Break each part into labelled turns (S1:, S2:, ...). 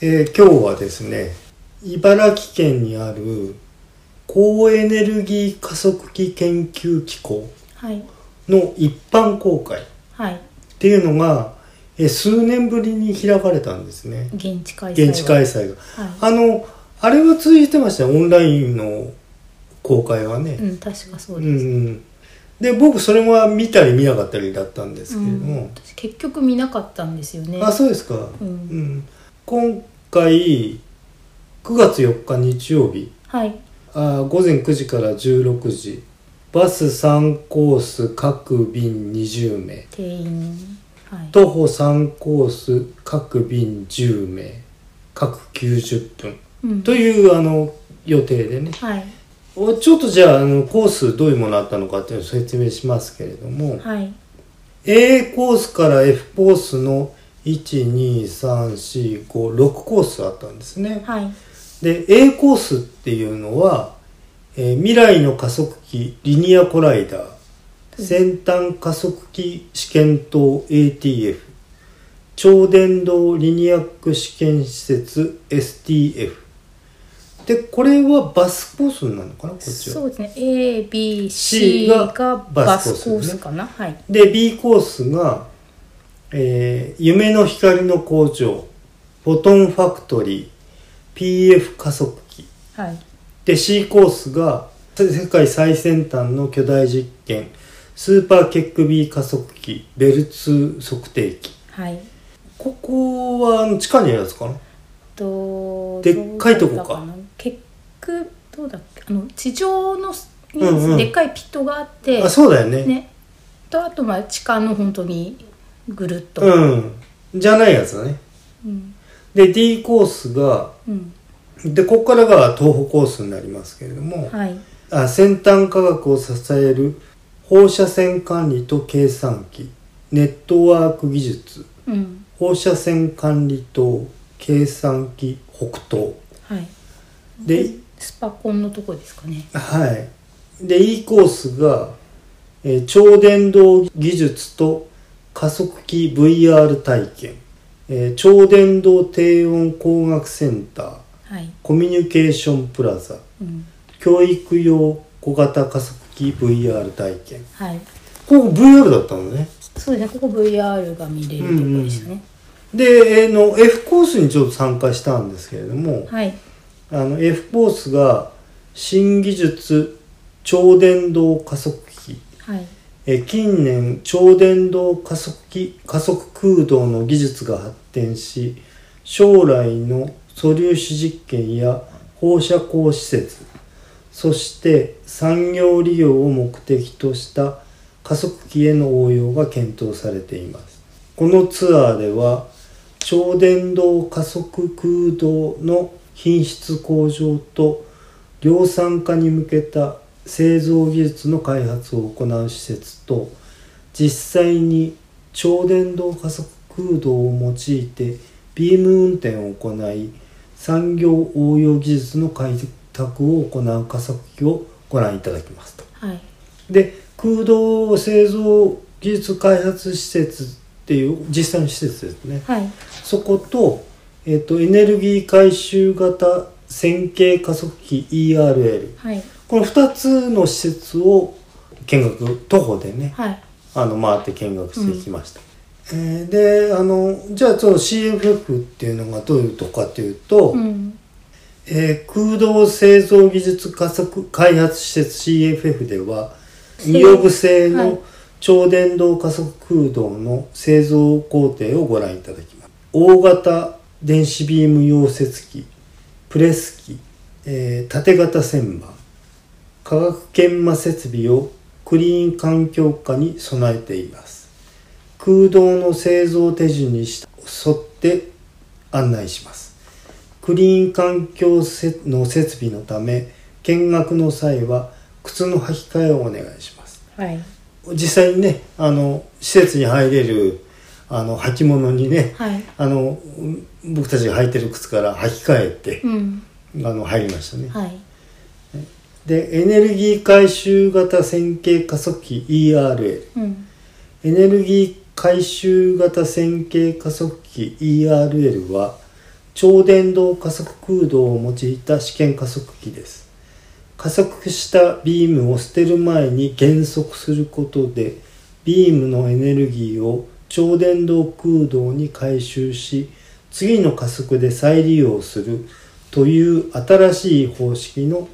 S1: えー今日はですね茨城県にある高エネルギー加速器研究機構
S2: はい
S1: の一般公開っ
S2: はい
S1: ていうのが、えー数年ぶりに開かれたんですね
S2: 現地開催は
S1: 現地開催が
S2: は
S1: あのあれは通じてましたよオンラインの公開はね
S2: い、うん確かそううんで
S1: で
S2: す、
S1: 僕それは見たり見なかったりだったんです
S2: う
S1: けれど
S2: ん
S1: も、
S2: 私結局見なかったんですよね
S1: あそうですか、
S2: うん
S1: 今回9月4日日曜日
S2: はい
S1: あー午前9時から16時バス3コース各便20名
S2: 定員はい
S1: 徒歩3コース各便10名各90分
S2: うん
S1: というあの予定でね
S2: はい
S1: おちょっとじゃああのコースどういうものあったのかっていうのを説明しますけれども、
S2: はい
S1: A コースから F コースの12345 6コースあったんですね
S2: はい
S1: で A コースっていうのは、えー未来の加速器リニアコライダー先端加速器試験棟 ATF 超電導リニアック試験施設 STF でこれはバスコースになるのかなこっちは
S2: そうですね ABC
S1: C
S2: が
S1: が
S2: バ
S1: バ
S2: ス
S1: ス
S2: コ
S1: コ
S2: ー
S1: ー
S2: ス
S1: ス
S2: かなはい
S1: で B コースが、えー夢の光の工場フォトンファクトリー PF 加速器
S2: はい
S1: で C コースが世界最先端の巨大実験スーパーケック B 加速器ベルツ測定器
S2: はい
S1: ここはあの地下にあるやつかな
S2: と
S1: でっかいとこか
S2: どうだったな結局どうだっけあの地上のに
S1: うんうん
S2: でっかいピットがあって、
S1: あそうだよね
S2: ねとあとまあ地下の本当にぐるっと
S1: うんじゃないやつだね
S2: うん
S1: で D コースが
S2: うん
S1: でここからが東北コースになりますけれども、
S2: はい
S1: あ先端科学を支える放射線管理と計算機ネットワーク技術
S2: うん
S1: 放射線管理と計算機北東
S2: はい
S1: で
S2: スパコンのとこですかね
S1: はいで E コースが、えー超電導技術と加速器 VR 体験、えー超電導低温工学センター
S2: はい
S1: コミュニケーションプラザ
S2: うん
S1: 教育用小型加速器 VR 体験
S2: はい
S1: ここ VR だったのね
S2: そうですねここ VR が見れるとこでしたね、
S1: で、えーの F コースにちょっと参加したんですけれども、
S2: はい
S1: あの F コースが新技術超電導加速器
S2: はい
S1: え近年超電導加速器加速空洞の技術が発展し将来の素粒子実験や放射光施設そして産業利用を目的とした加速器への応用が検討されていますこのツアーでは超電導加速空洞の品質向上と量産化に向けた製造技術の開発を行う施設と実際に超電導加速空洞を用いてビーム運転を行い産業応用技術の開拓を行う加速器をご覧いただきますと。
S2: はい
S1: で空洞製造技術開発施設っていう実際の施設ですね
S2: はい
S1: そこと,、えっとエネルギー回収型線形加速器 ERL
S2: はい
S1: この2つの施設を見学徒歩でね
S2: はい
S1: あの回って見学してきました、えーであのじゃあその CFF っていうのがどういうとこかというと、
S2: うん
S1: えー空洞製造技術加速開発施設 CFF では
S2: 製
S1: 無用具製
S2: はい
S1: の超電導加速空洞の製造工程をご覧いただきます大型電子ビーム溶接機プレス機、えー縦型旋盤化学研磨設備をクリーン環境下に備えています空洞の製造手順に沿って案内しますクリーン環境せの設備のため見学の際は靴の履き替えをお願いします
S2: はい
S1: 実際にねあの施設に入れるあの履物にね、
S2: はい
S1: あのうん僕たちが履いてる靴から履き替えて
S2: う、ん
S1: あの入りましたね、
S2: はい
S1: でエネルギー回収型線形加速器 ERL
S2: うん
S1: エネルギー回収型線形加速器 ERL は超電導加速空洞を用いた試験加速器です加速したビームを捨てる前に減速することでビームのエネルギーを超電導空洞に回収し次の加速で再利用するという新しい方式の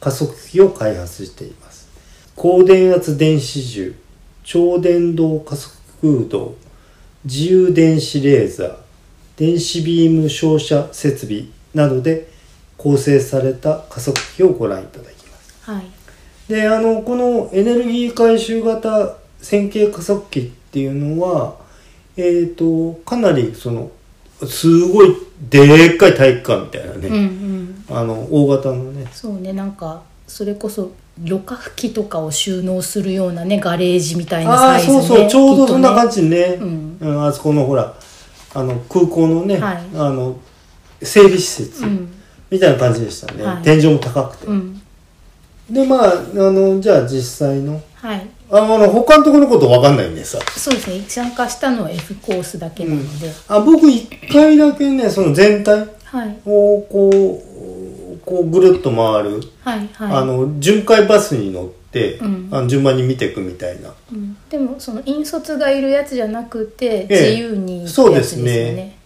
S1: 加速器を開発しています高電圧電子銃超電導加速空洞自由電子レーザー電子ビーム照射設備などで構成された加速器をご覧いただきます
S2: はい
S1: であのこのエネルギー回収型線形加速器っていうのはえっ、とかなりそのすごいでっかい体育館みたいな
S2: うんう
S1: ね、
S2: ん
S1: あの大型のね
S2: そうねなんかそれこそ旅客機とかを収納するようなねガレージみたいな
S1: ああ
S2: サ
S1: ー
S2: イズね
S1: そうそうちょうどそんな
S2: きっ
S1: 感じね
S2: とねうん
S1: うん、あそこのほらあの空港のね、
S2: はい
S1: あの整備施設
S2: うん
S1: みたいな感じでしたね、
S2: はい
S1: 天井も高くて、
S2: うん
S1: でまああのじゃあ実際の
S2: はい
S1: ああの他のところのこと分かんないんでさ
S2: そうですね参加したのは F コースだけなので、
S1: あ僕一回だけねその全体
S2: はい
S1: をこうこうぐるっと回る、
S2: はいはい
S1: あの巡回バスに乗って、
S2: うん
S1: あの順番に見ていくみたいな
S2: うんでもその引率がいるやつじゃなくて
S1: ええ
S2: 自由にって
S1: そう
S2: や
S1: で
S2: つ
S1: す
S2: よ
S1: ね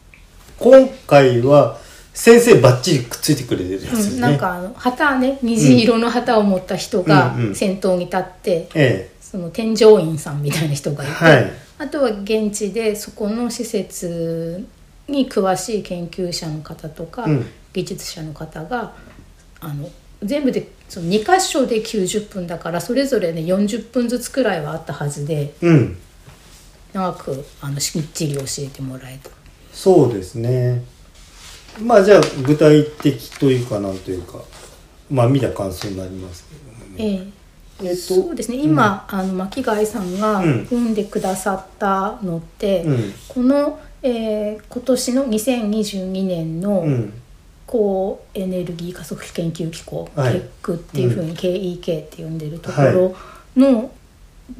S1: 今回は先生バッチリくっついてくれてるやつですね、
S2: うん、なんかあの旗ね虹色の旗を持った人が
S1: うんうん
S2: 先頭に立って、
S1: え
S2: その添乗員さんみたいな人がい
S1: え
S2: て、
S1: はい
S2: あとは現地でそこの施設に詳しい研究者の方とか、
S1: うん
S2: 技術者の方があの全部でその2箇所で90分だからそれぞれね40分ずつくらいはあったはずで
S1: うん
S2: 長くあのしっちり教えてもらえた。
S1: そうですねまあじゃあ具体的というかなんというかまあ見た感想になりますけどもね
S2: ええ
S1: えっと
S2: そうですね今、あの巻貝さんが
S1: うん
S2: 組んでくださったのって、
S1: うん
S2: この、えー今年の2022年の、
S1: うん
S2: 高エネルギー加速器研究機構、
S1: はい
S2: KEC っていうふうに KEK って呼んでるとこ
S1: は
S2: ろの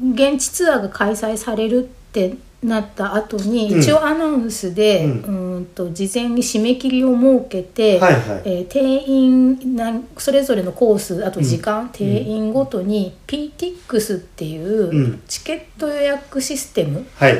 S2: 現地ツアーが開催されるってなった後に、
S1: うん
S2: 一応アナウンスで、
S1: う
S2: うんん、と事前に締め切りを設けて、
S1: はいはい
S2: えー定員なんそれぞれのコースあと時間、定員ごとに PTX ってい
S1: うん
S2: うチケット予約システム、
S1: はい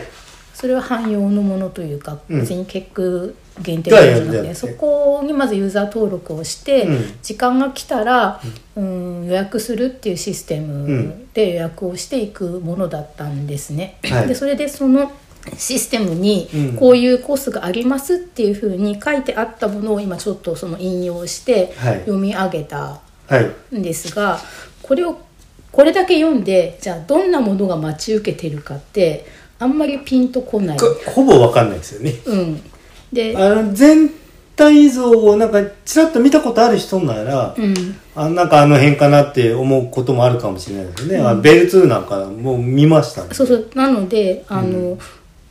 S2: それは汎用のものというか、
S1: うん
S2: 別に結局限定のものじゃな
S1: がや
S2: く
S1: るん
S2: て
S1: じゃ
S2: そ
S1: なくて
S2: こにまずユーザー登録をして、
S1: うん
S2: 時間が来たら、うん、予約するっていうシステムで予約をしていくものだったんですね。
S1: はい
S2: でそれでそのシステムに
S1: うん
S2: こういうコースがありますっていうふうに書いてあったものを今ちょっとその引用して
S1: はい
S2: 読み上げた
S1: はい
S2: んですがこれをこれだけ読んでじゃあどんなものが待ち受けてるかってあんまりピンとこない。
S1: かほぼわかんないですよね
S2: うん、で、
S1: あの全体像をなんかちらっと見たことある人なら、
S2: うん、
S1: あなんかあの辺かなって思うこともあるかもしれないですね、あベル2なんかもう見ましたね
S2: そうそうなのであの、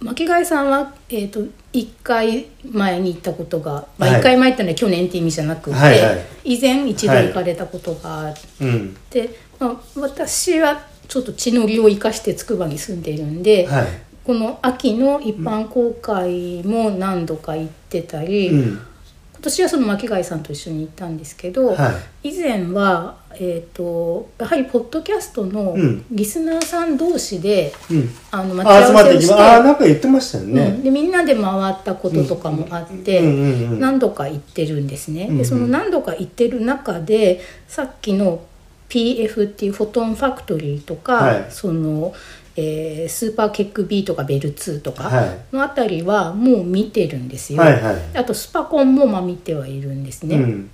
S2: 巻貝さんは、えー、と1回前に行ったことが、まあ、
S1: はい
S2: 1回前ってのは去年って意味じゃなくて、
S1: はいはい
S2: 以前一度行かれたことがあっ
S1: うん
S2: て、まあ、私はちょっと地の利を生かしてつくばに住んでいるんで、
S1: はい
S2: この秋の一般公開も何度か行ってたり、
S1: うん
S2: 今年はその巻貝さんと一緒に行ったんですけど、
S1: は
S2: 以前は、えー、とやはりポッドキャストの
S1: うん
S2: リスナーさん同士で、
S1: いうん
S2: あの待ち
S1: あ
S2: 合
S1: 集
S2: わ
S1: まっ
S2: せ
S1: て
S2: を
S1: き
S2: し
S1: ま
S2: て、
S1: ああなんか言ってましたよ
S2: うん
S1: ね、
S2: でみんなで回ったこととかもあって、
S1: うんうんうん
S2: 何度か行ってるんですね。
S1: うんうん
S2: でその何度か行ってる中でさっきの PF っていうフォトンファクトリーとか、
S1: はい
S2: そのえースーパーケック B とかベル2と
S1: は
S2: か
S1: い
S2: のあたりはもう見てるんですよ。
S1: はいはい
S2: あとスパコンもまあ見てはいるんですね。
S1: うん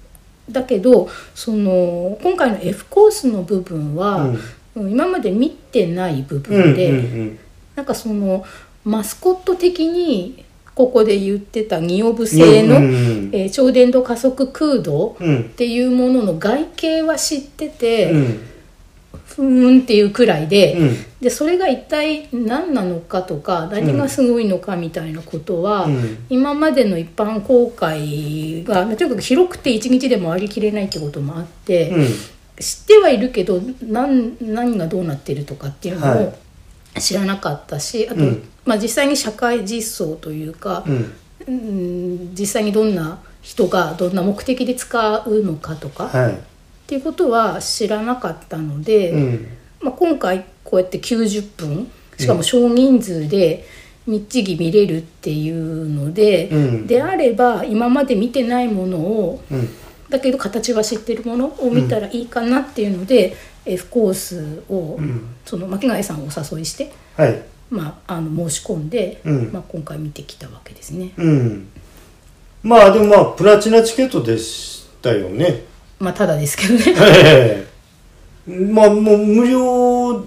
S2: だけどその今回の F コースの部分は、うん今まで見てない部分で、
S1: うん
S2: なんかそのマスコット的にここで言ってたニオブ製の、
S1: うんうん
S2: えー超電導加速空洞
S1: うんうん
S2: っていうものの外形は知ってて、
S1: うん
S2: ふーんっていうくらいで。
S1: うん
S2: でそれが一体何なのかとか何がすごいのかみたいなことは、
S1: うん
S2: 今までの一般公開がとにかく広くて一日でもありきれないってこともあって、
S1: うん
S2: 知ってはいるけど何何がどうなってるとかっていうの
S1: は
S2: を知らなかったし、あと、
S1: うん
S2: まあ、実際に社会実装というか、
S1: うん
S2: うん実際にどんな人がどんな目的で使うのかとか、っ
S1: は
S2: ていうことは知らなかったので、
S1: い。うん。
S2: まあ、今回こうやって90分しかも少人数でみっちり見れるっていうので、
S1: うん
S2: であれば今まで見てないものを
S1: うん。
S2: だけど形は知ってるものを見たらいいかなっていうので、F コースを、
S1: ん
S2: その巻貝さんをお誘いして、
S1: はい。
S2: まあ、あの申し込んで、
S1: うん
S2: まあ、今回見てきたわけですね。
S1: うん。まあ、でもまあ、プラチナチケットでしたよね。
S2: まあ、ただですけどね。
S1: ええまあ、もう無料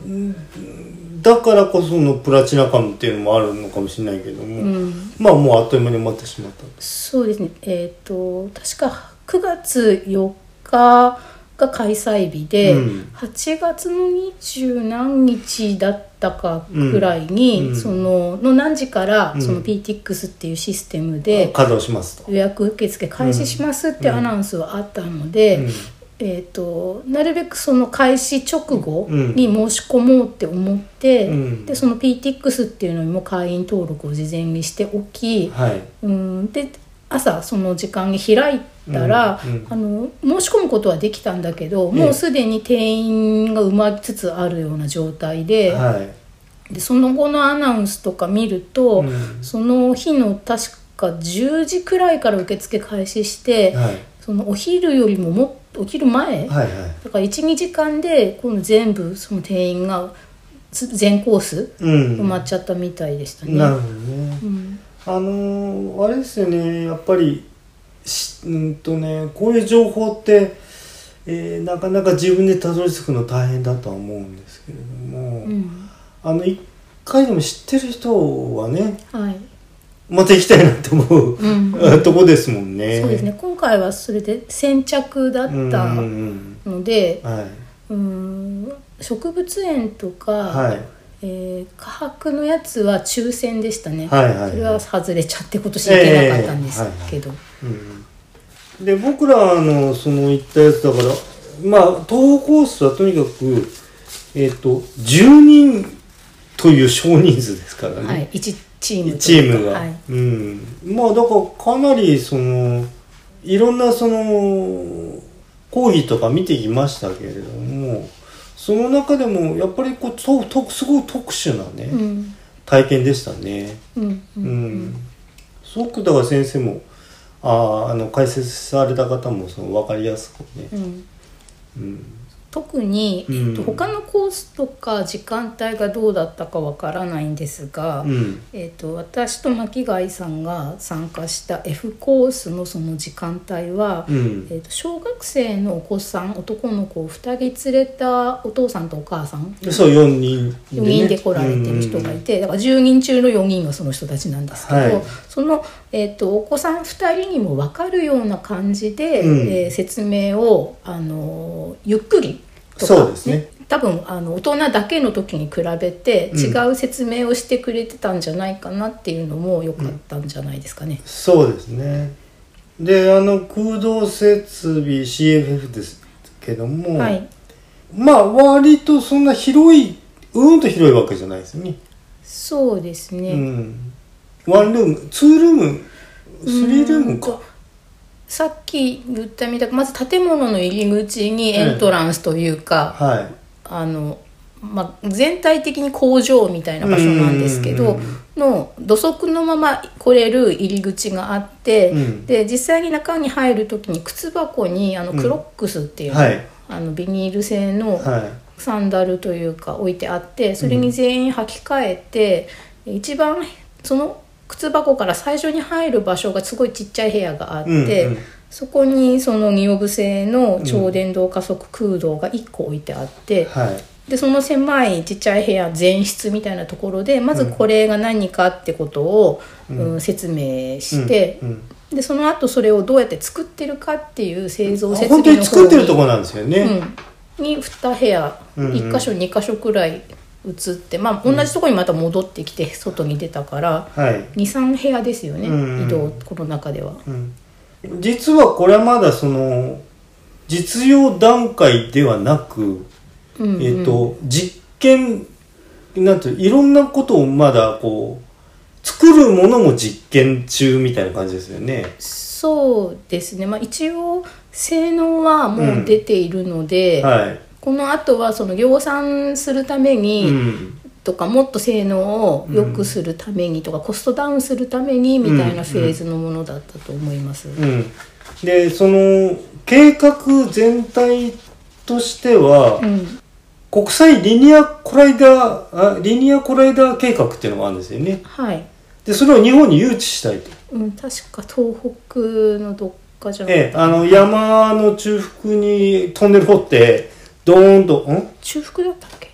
S1: だからこそのプラチナ感っていうのもあるのかもしれないけども、
S2: うん、
S1: まあ、もうあっという間に終わってしまった。
S2: そうですね。えっ、と確か9月4日が開催日で、
S1: うん
S2: 8月の20何日だったかくらいに、
S1: うんうん
S2: そのの何時から、
S1: うん
S2: その PTX っていうシステムで、
S1: 稼働しますと。
S2: 予約受付開始しますってアナウンスはあったので、
S1: うん
S2: えー、となるべくその開始直後
S1: うん
S2: に申し込もうって思って、
S1: うん
S2: でその PTX っていうのにも会員登録を事前にしておき、
S1: はい。
S2: うん、で朝その時間に開いたら、
S1: うん
S2: あの申し込むことはできたんだけど、
S1: ええ
S2: もうすでに定員が埋まりつつあるような状態で,、
S1: はい。
S2: でその後のアナウンスとか見ると、
S1: うん
S2: その日の確か10時くらいから受付開始して、
S1: はい。
S2: そのお昼よりももっとお昼
S1: はい。
S2: 前、
S1: はい。
S2: だから12時間で今度全部その定員がつ全コース
S1: うん。
S2: 埋まっちゃったみたいでしたね。
S1: なるほどね。
S2: うん
S1: あのーあれですよねやっぱりしうんとねこういう情報って、えーなかなか自分でたどり着くの大変だとは思うんですけれども、
S2: うん
S1: あの一回でも知ってる人はね
S2: はい
S1: また行きたいなと思う、
S2: う ん
S1: とこですもんね。
S2: そうですね今回はそれで先着だっ
S1: うんう
S2: た
S1: ん
S2: ので
S1: うん、はい、
S2: うん植物園とか、
S1: はい、
S2: えー、科博のやつは抽選でしたね、
S1: はいはいはい
S2: それは外れちゃって今年行けなかったんですけど、
S1: うん、で僕らのその行ったやつだからまあ東北コースはとにかくえっ、と10人という少人数ですからね、
S2: はい、1チームと
S1: チームが、
S2: はい
S1: うんまあだからかなりそのいろんなその講義とか見てきましたけれどもその中でもやっぱりこうととすごい特殊なね、
S2: うん
S1: 体験でしたね
S2: うんう
S1: うんん、すごくだから先生もあーあの解説された方もその分かりやすくね、
S2: うん
S1: うん
S2: 特に、
S1: うん
S2: えっと、他のコースとか時間帯がどうだったかわからないんですが、
S1: うん
S2: えっと私と巻貝さんが参加した F コースのその時間帯は、
S1: うん
S2: えっと小学生のお子さん男の子を2人連れたお父さんとお母さん
S1: でそう4人で、ね、
S2: 4人で来られてる人がいて、だから10人中の4人がその人たちなんですけど、
S1: はい
S2: その、えー、とお子さん2人にも分かるような感じで、
S1: うん
S2: えー説明を、あのーゆっくりとか、
S1: そうですね
S2: 多分あの大人だけの時に比べて
S1: うん
S2: 違う説明をしてくれてたんじゃないかなっていうのも良かったんじゃないですかね。
S1: そうですねであの空洞設備 CFF ですけども、
S2: はい、
S1: まあ割とそんな広いうんと広いわけじゃないですよね、
S2: そうですね、
S1: うん、ワンルームツールームスリールーム
S2: う
S1: か
S2: んとさっき言ったみたくまず建物の入り口にエントランスというか、
S1: はい
S2: あの、まあ、全体的に工場みたいな場所なんですけ
S1: う
S2: ど
S1: ん
S2: の土足のまま来れる入り口があって、
S1: うん
S2: で実際に中に入る時に靴箱にあの
S1: うん
S2: クロックスっていう、
S1: はい
S2: あのビニール製の
S1: はい
S2: サンダルというか置いてあってそれに全員履き替えて、一番その靴箱から最初に入る場所がすごいちっちゃい部屋があって、
S1: うんうん
S2: そこにその二オブ製の超電導加速空洞が1個置いてあって、
S1: はい
S2: でその狭いちっちゃい部屋全室みたいなところでまずこれが何かってことを、うん説明して、
S1: うんうん
S2: でその後それをどうやって作ってるかっていう製造設備の
S1: 本当に作ってると
S2: こ
S1: ころなんですよね、
S2: うん、に2部屋
S1: うんうん
S2: 1箇所2箇所くらい移って、まあ、同じところにまた戻ってきて外に出たから、
S1: はい、
S2: 23部屋ですよね、
S1: うんうん
S2: 移動この中では。
S1: うん、実はこれはまだその実用段階ではなく、
S2: うんうん
S1: えっと実験なんていういろんなことをまだこう作るものも実験中みたいな感じですよね。
S2: そうですね、まあ、一応性能はもう出ているので、
S1: はい。
S2: この後はその量産するために、
S1: うん。
S2: とかもっと性能を良くするためにとか、コストダウンするためにみたいなフェーズのものだったと思います。
S1: うん。で、その、計画全体としては、
S2: うん
S1: 国際リニアコライダーあ、リニアコライダー計画っていうのがあるんですよね。
S2: はい、
S1: で、それを日本に誘致したいと。
S2: うん、確か東北のどっかじゃな
S1: ええ、あの、
S2: や
S1: 山の中腹にトンネル掘って、ドーンと、ん
S2: 中腹だったっけ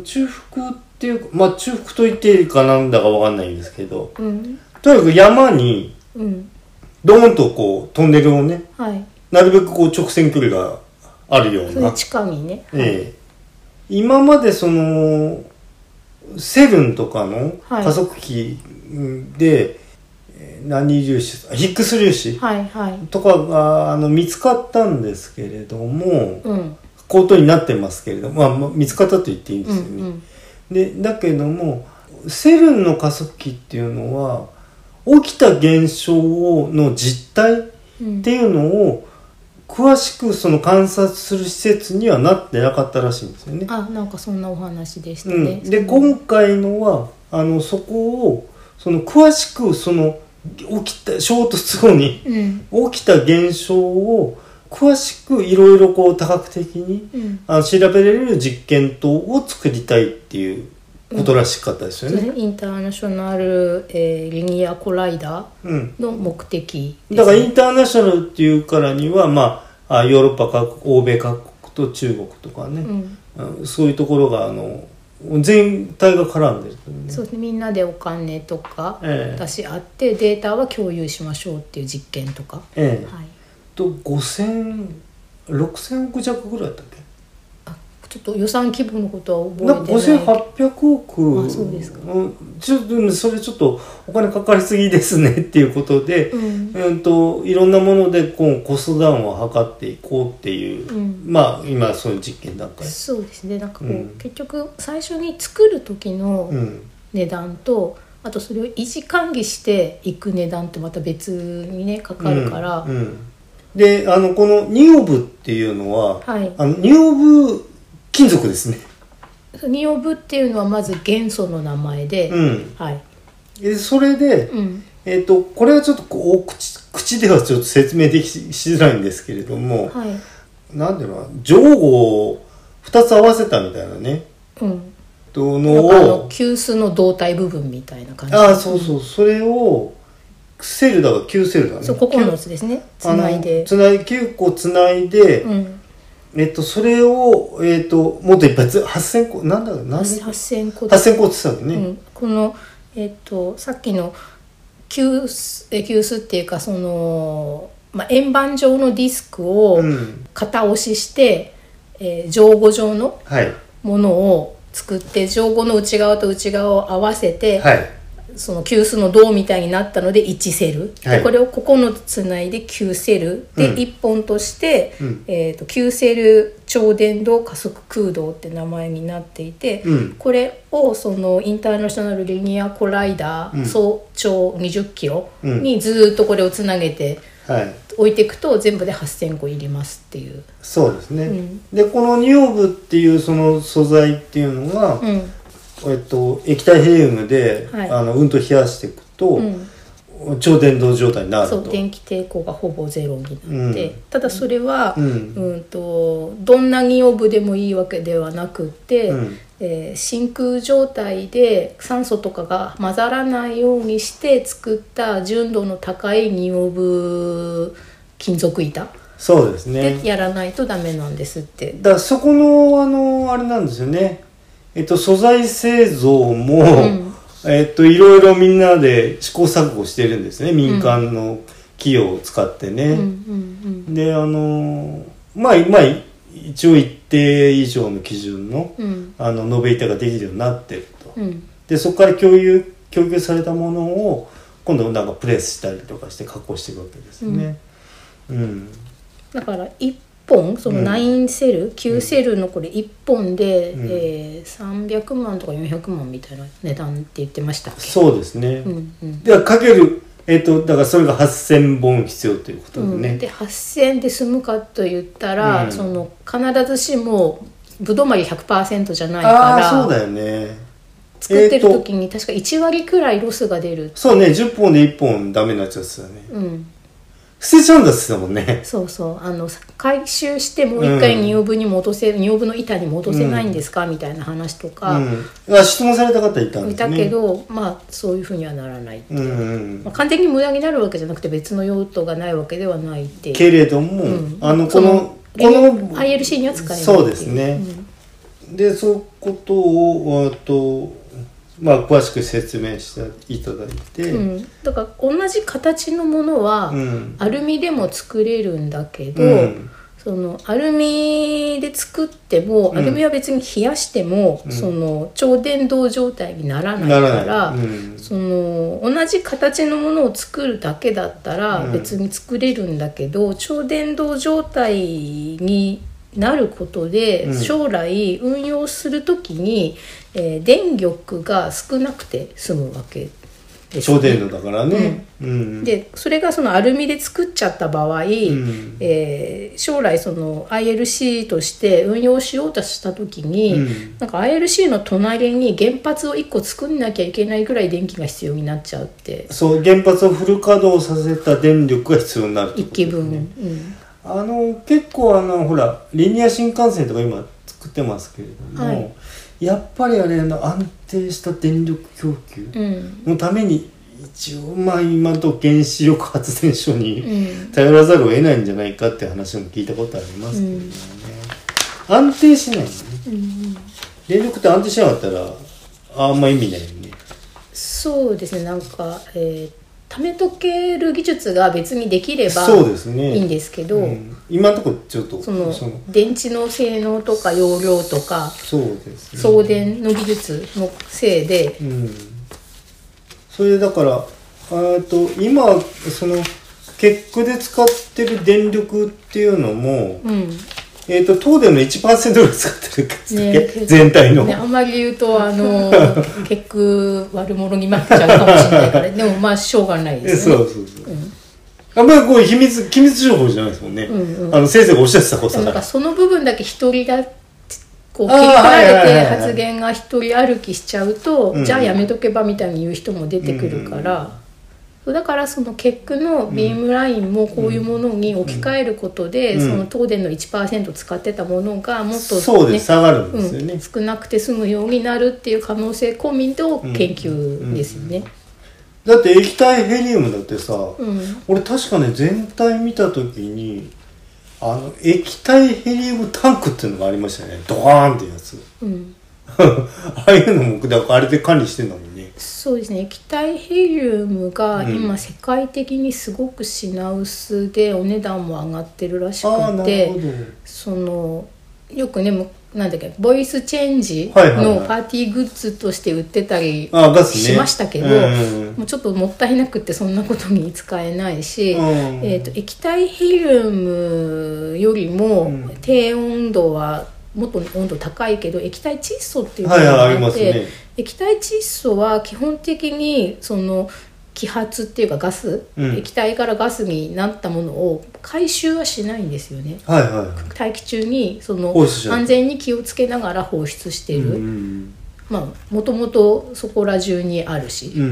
S1: 中腹っていうか、まあ中腹と言っていいかなんだかわかんないんですけど、
S2: うん
S1: とにかく山に
S2: うん
S1: ドーンとこうトンネルをね、
S2: はい
S1: なるべくこう直線距離があるよう
S2: それ
S1: な。
S2: 地下にね、
S1: ええ。今までその、セブンとかの
S2: はい
S1: 加速器うんで、えー何粒子、ヒックス粒子
S2: はいはい
S1: とかがあの見つかったんですけれども、
S2: うん
S1: ことになってますけれども、まあまあ、見つかったと言っていいんで
S2: う
S1: す
S2: ん
S1: よね。
S2: うん
S1: でだけどもセルンの加速器っていうのは起きた現象をの実態っ
S2: うん
S1: ていうのを詳しくその観察する施設にはなってなかったらしいんですよね。
S2: あなんかそんなお話でした
S1: う
S2: ね、
S1: ん、で
S2: その
S1: 今回のはあのそこをその詳しくその起きた衝突後に
S2: うん
S1: 起きた現象を詳しくいろいろこう多角的に
S2: うん
S1: あの調べれる実験棟を作りたいっていうことらしかったです
S2: そう
S1: よ
S2: で
S1: ね。
S2: すねインターナショナル、えーリニアコライダ
S1: うん、
S2: ーの目的ですね
S1: だからインターナショナルっていうからには、まあ、あヨーロッパ各国欧米各国と中国とか
S2: う
S1: ね、
S2: ん
S1: うんそういうところがあの全体が絡んでるというね
S2: そうですねみんなでお金とか
S1: ええ
S2: 出し合ってデータは共有しましょうっていう実験とか、
S1: ええ
S2: はい、
S1: と50006000億弱ぐらいだったっけ
S2: あちょっと予算規模のことは覚え
S1: なんか
S2: てない
S1: 5800億
S2: あそうですか
S1: うん、ちょっとうんそれちょっとお金かかりすぎですねっていうことで、
S2: うん
S1: うん、といろんなものでこうコストダウンを図っていこうっていう、
S2: うん
S1: まあ今そういう実験段階。
S2: そうですねなんかこう、
S1: うん
S2: 結局最初に作る時の
S1: うん
S2: 値段と、あとそれを維持管理していく値段とまた別にねかかるから、
S1: うんうんであのこのニオブっていうのは、
S2: はい
S1: あのニオブ金属ですね、
S2: ニオブっていうのはまず元素の名前で、
S1: うん、
S2: はい、
S1: でそれで、
S2: うん、
S1: えっとこれはちょっとこう口口ではちょっと説明できししづらいんですけれども、
S2: はい、
S1: なんていうのかな上後を2つ合わせたみたいなね
S2: うん、
S1: と
S2: な
S1: の
S2: んかあの
S1: を
S2: 急須の胴体部分みたいな感じ
S1: ああそうそうそれをセルだが9セルだね
S2: そう9つですねつ
S1: あの
S2: ないで
S1: つない9個つないで、
S2: うん、
S1: えっと、それを、えっと、もっといっぱいつ、8000個、なんだろう、何千
S2: 8,000個で
S1: 8000個って言ってたんだ
S2: う
S1: よね。
S2: ん、このえっ、とさっきの急須え急須っていうかその、まあ、円盤状のディスクを
S1: うん
S2: 型押しして、えー上後状の
S1: はい。
S2: ものを作って上後の内側と内側を合わせて、
S1: はい。
S2: その急須の銅みたいになったので1セル、
S1: はい
S2: でこれを9つつないで9セルで
S1: うん
S2: 1本として、
S1: うん
S2: えー、と9セル超電導加速空洞って名前になっていて、
S1: うん
S2: これをそのインターナショナルリニアコライダー、
S1: うん
S2: 総長20キロ
S1: うん
S2: にずーっとこれをつなげて
S1: はい。
S2: 置いていくと全部で8,000個いりますっていう。
S1: そうですね。
S2: うん
S1: で、このニオブっていうその素材っていうのが、
S2: うん
S1: えっと、液体ヘリウムで、
S2: はい
S1: あの、うんと冷やしていくと、
S2: うん
S1: 超電導状態になる
S2: そ
S1: と。
S2: う電気抵抗がほぼゼロになって、
S1: うん
S2: ただそれは、
S1: う
S2: うんん、とどんなにオブでもいいわけではなくって、
S1: うん
S2: えー真空状態で酸素とかが混ざらないようにして作った純度の高いニオブ金属板
S1: そうですね
S2: で。やらないとダメなんですって。
S1: だからそこの、あの、あれなんですよね。えっと、素材製造も、
S2: ん
S1: えっと、いろいろみんなで試行錯誤してるんですね。民間の企業を使ってね。
S2: うんうん
S1: であのまあまあ一応一定以上の基準の
S2: うんうん
S1: あの延べ板ができるようになってると、
S2: うん
S1: でそこから共有供給されたものを今度なんかプレスしたりとかして加工していくわけですねうん、
S2: だから1本その
S1: うん
S2: 9セル、9セルのこれ1本で、
S1: うん
S2: えー300万とか400万みたいな値段って言ってましたっけ
S1: そうですね、
S2: うんうん
S1: ではかけるえっとだからそれが8,000本必要ということ
S2: う
S1: で
S2: ん
S1: ね、
S2: で8,000円で済むかと言ったら、
S1: うん
S2: その必ずしもぶどまり100%じゃないか
S1: ああそう
S2: ら
S1: だよね
S2: 作ってる
S1: えーと
S2: 時に確か1割くらいロスが出る、
S1: そうね10本で1本ダメになっちゃうっすよね
S2: うん、
S1: 捨てちゃうんだっすもんね
S2: そうそうあの回収してもう一回
S1: うん
S2: 二葉分に戻せ、二葉分の板に戻せないんですか、みたいな話とか、
S1: うん、あ質問された方いたん
S2: い
S1: です
S2: た
S1: ね
S2: けど、まあそういうふうにはならない、
S1: うんうん
S2: まあ、完全に無駄になるわけじゃなくて別の用途がないわけではないっていう
S1: けれども、
S2: うん
S1: あのこ
S2: そ
S1: の
S2: の
S1: この
S2: ILC には使えないってい
S1: そうですねでそういうことをあとまあ詳しく説明していただいて、
S2: うんうん、だから同じ形のものは、
S1: うん
S2: アルミでも作れるんだけど、
S1: うん
S2: そのアルミで作っても、
S1: うん
S2: アルミは別に冷やしても、
S1: うん
S2: その超伝導状態にならない
S1: な
S2: からら
S1: ない、うん
S2: その同じ形のものを作るだけだったら
S1: うん
S2: 別に作れるんだけど、超伝導状態になることで、
S1: うん
S2: 将来運用するときに、えー電力が少なくて済むわけですね、
S1: 超電導だからね、うん
S2: でそれがそのアルミで作っちゃった場合、
S1: うん
S2: えー将来その ILC として運用しようとした時に、
S1: うん
S2: なんか ILC の隣に原発を1個作んなきゃいけないぐらい電気が必要になっちゃうって
S1: そう原発をフル稼働させた電力が必要になるって
S2: 1
S1: ことで
S2: 基
S1: すね
S2: 分、うん
S1: あの結構あのほらリニア新幹線とか今作ってますけれども、
S2: はい
S1: やっぱりあれあの安定した電力供給
S2: うん
S1: のために一応まあ今のとこ原子力発電所
S2: う
S1: に
S2: ん
S1: 頼らざるを得ないんじゃないかって話も聞いたことありますけれどもね、安定しないよね
S2: うん
S1: 電力って安定しなかったらあんま意味ないよね
S2: そうですねなんか、えー貯めとける技術が別にできれば
S1: そうですね
S2: いいんですけど、
S1: うん今のところちょっと
S2: その電池の性能とか容量とか
S1: そうですね
S2: 送電の技術のせいで、
S1: うん、それでだからえっと今その結句で使ってる電力っていうのも、
S2: うん
S1: えっと東電の1%ぐらい使ってるんですっ
S2: ね
S1: け、全体の、
S2: ね、あんまり言うとあ の結局悪者に負けちゃうかもしれな いからでもまあしょうがない
S1: え
S2: です
S1: そ
S2: よね
S1: うそうそう、あんまりこう秘密機密情報じゃないですもんね、
S2: うんうん
S1: あの先生がおっしゃってたこ
S2: で
S1: と
S2: もな
S1: だ
S2: ん
S1: か
S2: からその部分だけ一人だこう
S1: あー
S2: 切り取ら
S1: はいはい
S2: れて
S1: はいはい
S2: 発言が一人歩きしちゃうと、
S1: うん
S2: じゃあやめとけばみたいに言う人も出てくるから、そうだからその結句のビームラインもこういうものに置き換えることで、
S1: うん
S2: その東電の1%使ってたものがもっと、ね、
S1: そうです、下がるんですよね、
S2: うん、少なくて済むようになるっていう可能性込みの研究ですよね。
S1: だって液体ヘリウムだってさ、
S2: うん
S1: 俺確かね全体見た時にあの液体ヘリウムタンクっていうのがありましたねドカーンってやつ
S2: うん、
S1: ああいうのもだからあれで管理してんだもんね
S2: そうですね液体ヘリウムが
S1: うん
S2: 今世界的にすごく品薄でお値段も上がってるらし
S1: ああな
S2: く
S1: るほど
S2: てそのよくねむなんだっけボイスチェンジ
S1: はいはいはい
S2: のパーティーグッズとして売ってたり
S1: ああガスね
S2: しましたけど、
S1: うん
S2: もうちょっともったいなくってそんなことに使えないし、
S1: うん
S2: えー、と液体ヘリウムよりも、
S1: うん
S2: 低温度はもっと温度高いけど液体窒素っていうの
S1: はいはいあり
S2: あ
S1: ま
S2: っ
S1: す
S2: て、
S1: ね
S2: 液体窒素は基本的にその揮発っていうかガス、
S1: うん
S2: 液体からガスになったものを回収はしないんですよね
S1: はいは
S2: 大気中にその
S1: 放出しちゃう
S2: 安全に気をつけながら放出して
S1: い
S2: る、
S1: うん
S2: まあもともとそこら中にあるし、
S1: うんう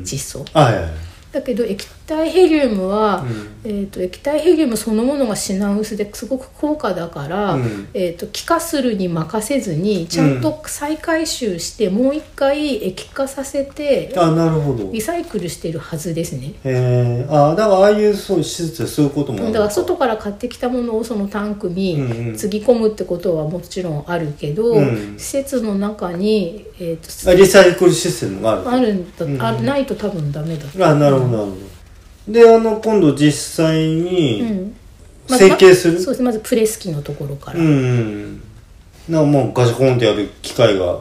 S1: ん
S2: 窒素
S1: はいはい
S2: だけど液体ヘリウムは、
S1: う
S2: えー、と液体ヘリウムそのものが品薄ですごく高価だから、
S1: うん
S2: えー、と気化するに任せずにちゃんと再回収して、もう一回液化させて
S1: あなるほど
S2: リサイクルしてるはずですね。
S1: えー、ああだからああいうそう施設でそういうこともある
S2: だ
S1: の
S2: から外から買ってきたものをそのタンク
S1: うんうん
S2: につぎ込むってことはもちろんあるけど、
S1: うん
S2: 施設の中に、えー、と
S1: あリサイクルシステムがある
S2: あるんだ、
S1: うん
S2: あないと多分ダメだと
S1: あなるほどなるほどであの今度実際に、
S2: うんまず
S1: 成形する
S2: まそうですまずプレス機のところから、
S1: うんうんなんかもうガシャコンってやる機械が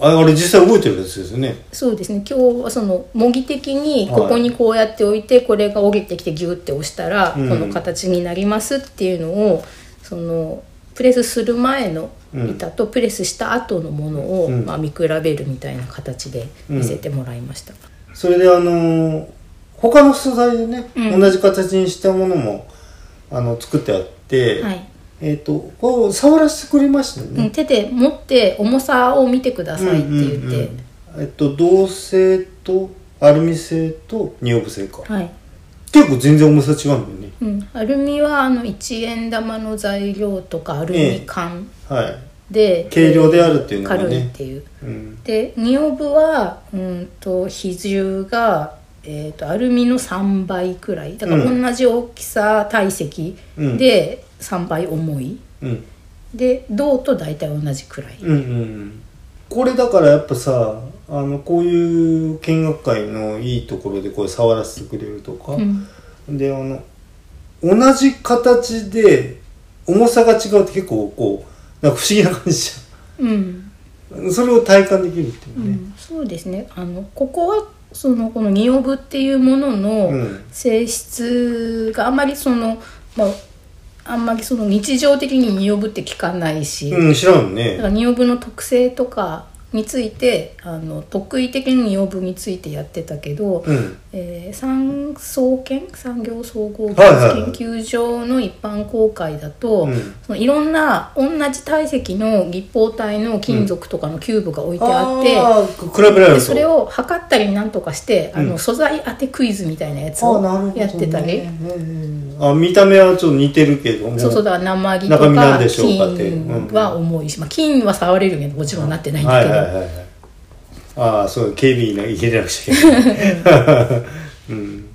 S1: ああれ実際動いてるやつですよね
S2: そうですね今日はその模擬的に
S1: はい
S2: ここにこうやって置いて、これが降りてきてギュッて押したら、
S1: うん
S2: この形になりますっていうのをそのプレスする前の
S1: うん
S2: 板とプレスした後のものを、
S1: うん
S2: まあ、見比べるみたいな形で見せてもらいました、
S1: それであのー他の素材でね、
S2: うん
S1: 同じ形にしたものもあの作ってあって、
S2: はい
S1: えっ、とこう触らせてくれました
S2: うん、
S1: ね、
S2: 手で持って重さを見てくださいって言って、
S1: うんうんうんえっと銅製とアルミ製とニオブ製か、
S2: はい、
S1: 結構全然重さ違うんだよね
S2: うん、アルミはあの1円玉の材料とかアルミ缶
S1: はい
S2: で、
S1: 軽量であるっていうのがね
S2: 軽いっていう
S1: うん
S2: でニオブはうんと比重が、えー、とアルミの3倍くらいだから
S1: うん
S2: 同じ大きさ体積
S1: うん
S2: で3倍重い、
S1: うん
S2: で銅と大体同じくらい、
S1: うんうんこれだからやっぱさあのこういう見学会のいいところでこう触らせてくれるとか、
S2: うん
S1: であの同じ形で重さが違うって結構こうなんか不思議な感じじ
S2: うん
S1: ゃんそれを体感できるっていううね、
S2: んそうですねあのここはそのこのニオブっていうものの、
S1: うん
S2: 性質があんまりその、まあ、あんまりその日常的にニオブって聞かないし、
S1: うん知らん
S2: だ
S1: ね
S2: からニオブの特性とかについてあの得意的にニオブについてやってたけど、
S1: うん
S2: えー産総研産業総合技
S1: はいはいはい
S2: 術研究所の一般公開だと、
S1: うん
S2: そのいろんな同じ体積の立方体の金属とかのキューブが置いてあって。
S1: あーく比べられる
S2: で
S1: と
S2: それを測ったりなんとかして、あ
S1: う
S2: の
S1: ん
S2: 素材当てクイズみたいなやつ
S1: あー
S2: を
S1: なるほどね
S2: やってたり、
S1: うんうんうんあ見た目はちょっと似てるけども
S2: そうそうだから鉛と
S1: 中身なん
S2: か
S1: でしょうかって
S2: 金は重いし、まあ、金は触れるけどもちろんなってないんだ
S1: は
S2: け
S1: い
S2: ど、
S1: はいはいはいああそう警備員が入れなくちゃいけないうん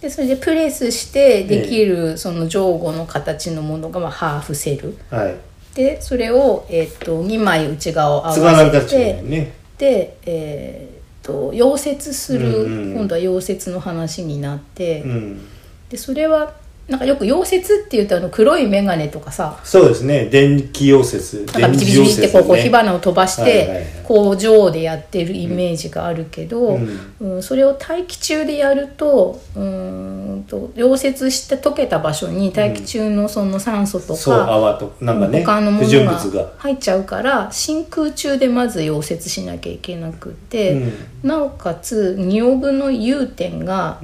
S2: でそれでプレスしてできるその上後の形のものがまあハーフセル
S1: はい
S2: でそれを、えっと2枚内側を合
S1: つがな
S2: わ
S1: か
S2: せ
S1: ちゃいけな
S2: て
S1: いね
S2: で、えっと溶接する、
S1: うんうん
S2: 今度は溶接の話になって、
S1: うん
S2: でそれはなんかよく溶接っていうとあの黒い眼鏡とかさ
S1: そうですね電気溶接
S2: なんかビチビチビチってこうこう火花を飛ばし
S1: はいはいはい
S2: て工場でやってるイメージがあるけど、
S1: うん
S2: うんそれを大気中でやるとうーんと溶接して溶けた場所に大気中のその酸素と
S1: そう
S2: か、
S1: 泡となんかね
S2: 他のも
S1: 不
S2: の
S1: 純物が
S2: が入っちゃうから真空中でまず溶接しなきゃいけなくて、なおかつ尿分の融点が、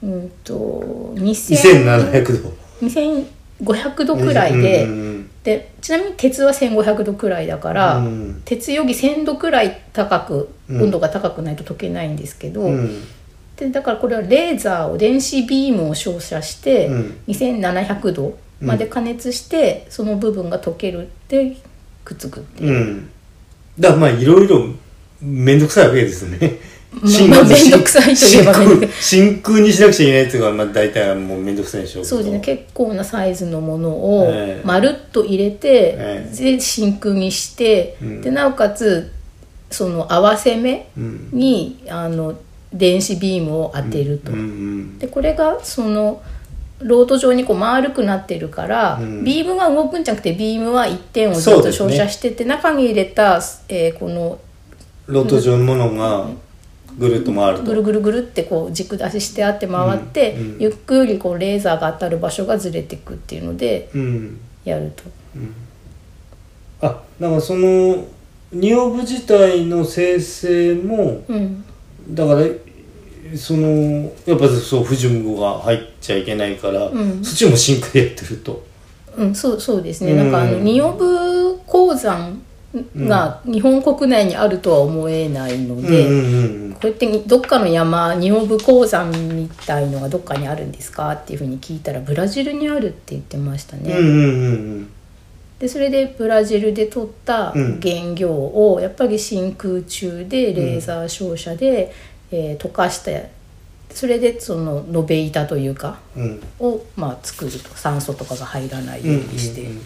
S2: うん、と2000
S1: 2700度
S2: 2500度くらいで。
S1: うんうん
S2: でちなみに鉄は1500度くらいだから、
S1: うん
S2: 鉄より1000度くらい高く
S1: うん
S2: 温度が高くないと溶けないんですけど、
S1: うんうん
S2: でだからこれはレーザーを電子ビームを照射して、
S1: うん
S2: 2700度まで加熱して、その部分が溶けるってくっつくっていう。
S1: うんだからまあいろいろ面倒くさいわけですね
S2: ま
S1: 真
S2: まあ
S1: まず
S2: 面倒くさいといえば
S1: 真
S2: 面倒
S1: 空
S2: く
S1: 真空にしなくちゃいけないやつがまあ大体はもう面倒くさいでしょうけど
S2: そうですね結構なサイズのものを
S1: ええ
S2: まるっと入れて、
S1: ええ
S2: で真空にして、
S1: うん
S2: でなおかつその合わせ目
S1: うん
S2: にあの電子ビームを当てると、
S1: うんうん
S2: でこれがそのロード上にこう丸くなってるから、
S1: うん
S2: ビームは動くんじゃなくてビームは一点をずっ
S1: そう
S2: と
S1: ですね
S2: 照射してて、中に入れた、えーこの
S1: ロット状のものがぐるっと回ると
S2: ぐるぐるぐるってこう軸出ししてあって回って、
S1: うんうん
S2: ゆっくりこうレーザーが当たる場所がずれてくっていうので
S1: うん
S2: やると。
S1: あだからそのニオブ自体の生成も
S2: うん
S1: だからそのやっぱそう不純語が入っちゃいけないから、
S2: うん
S1: そっちも真空でやってると
S2: うん、そうそうですね、
S1: うん
S2: なんかあのニオブ鉱山が日本国内にあるとは思えないので、
S1: うんうん
S2: これってどっかの山日本武鉱山みたいのがどっかにあるんですかっていうふうに聞いたらブラジルにあるって言ってました
S1: うん
S2: ね、
S1: うんうんうん
S2: でそれでブラジルで取った
S1: うん
S2: 原料をやっぱり真空中でレーザー照射で、えー溶かしてそれでその延べ板というか
S1: うんうん
S2: を、まあ、作ると酸素とかが入らないようにして、
S1: うんうんうん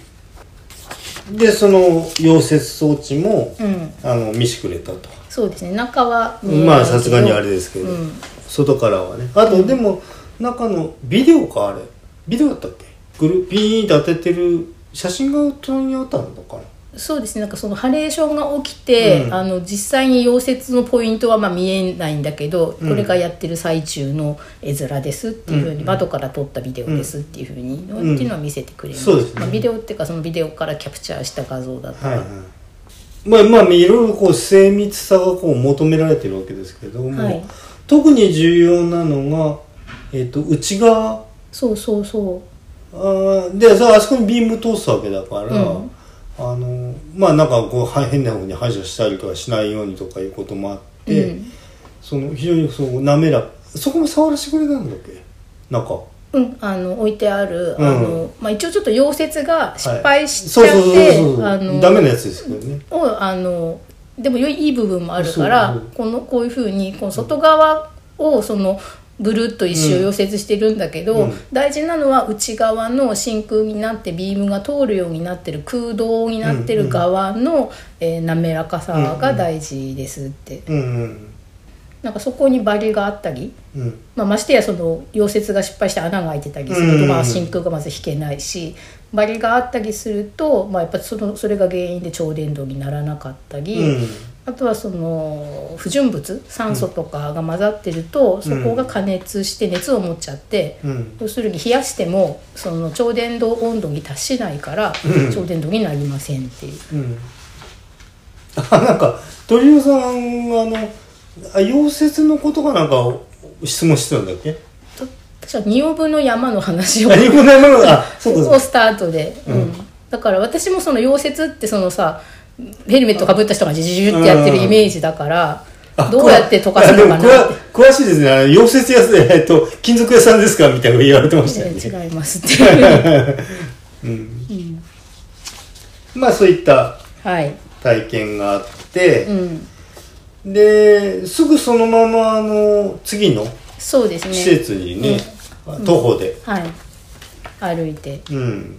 S1: でその溶接装置も、
S2: うん
S1: あの見してくれたと
S2: そうですね中は見えないけど
S1: まあさすがにあれですけど、
S2: うん
S1: 外からはねあと、でも中のビデオかあれビデオだったっけグルピーンって当ててる写真が隣にあったのかな
S2: そうですねなんかそのハレーションが起きて、
S1: うん
S2: あの実際に溶接のポイントはまあ見えないんだけど、
S1: うん
S2: これがやってる最中の絵面ですっていうふうに、
S1: うん
S2: 窓から撮ったビデオですっていうふうに、
S1: うん
S2: っていうのは見せてくれます、
S1: そうですね
S2: まあ、ビデオっていうかそのビデオからキャプチャーした画像だった
S1: はい
S2: ら、
S1: はいまあまあいろいろこう精密さがこう求められてるわけですけども、
S2: はい
S1: 特に重要なのがえっと内側
S2: そうそうそう
S1: あーでさあそこにビーム通すわけだから、
S2: うん
S1: あのまあなんかこうは変な方に排除したりとかしないようにとかいうこともあって、
S2: うん
S1: その非常にその滑らかそこも触らせてくれたんだっけなんか
S2: うん、あの置いてある、
S1: うん
S2: あのまあ、一応ちょっと溶接が失敗しち
S1: そう
S2: ゃ
S1: そう
S2: っ
S1: そう
S2: て
S1: そうそう
S2: あの
S1: ダメなやつですけどね
S2: をあのでも良いいい部分もあるから
S1: そうそう
S2: このこういうふうにこの外側をそのぐるっと一周溶接してるんだけど、
S1: うん
S2: 大事なのは内側の真空になってビームが通るようになってる空洞になってる側の、えー滑らかさが大事ですって、
S1: うんうん
S2: なんかそこにバリがあったり。
S1: うん
S2: まあ、ましてやその溶接が失敗して穴が開いてたりする
S1: うん
S2: と、まあ、真空がまず引けないしバリがあったりすると、まあ、やっぱりそのそれが原因で超電導にならなかったり、
S1: うん
S2: あとはその不純物酸素とかが混ざってると、そこが加熱して熱を持っちゃって。
S1: うん
S2: 要するに冷やしてもその超電導温度に達しないから、
S1: うん
S2: 超電導になりませんっていう
S1: うん あなんか鳥居さんあのあ溶接のことかなんかを質問してたんだっ け
S2: と私は2オ分の山の話を
S1: 何もないもの があそう
S2: を
S1: か
S2: スタートで、うんだから私もその溶接ってそのさヘルメットかぶった人がジュジュジュってやってるイメージだから、
S1: あ
S2: どうやって溶かすのかなっ
S1: いやでも詳詳しいですねあの溶接屋さん えっと金属屋さんですかみたいなこと言われてましたよ
S2: て、
S1: ね
S2: 違いますっていう
S1: まあそういった
S2: はい、
S1: 体験があって
S2: う、ん、
S1: ですぐそのままあの次の
S2: そうですね
S1: 施設にね徒歩で
S2: はい歩いて、
S1: うん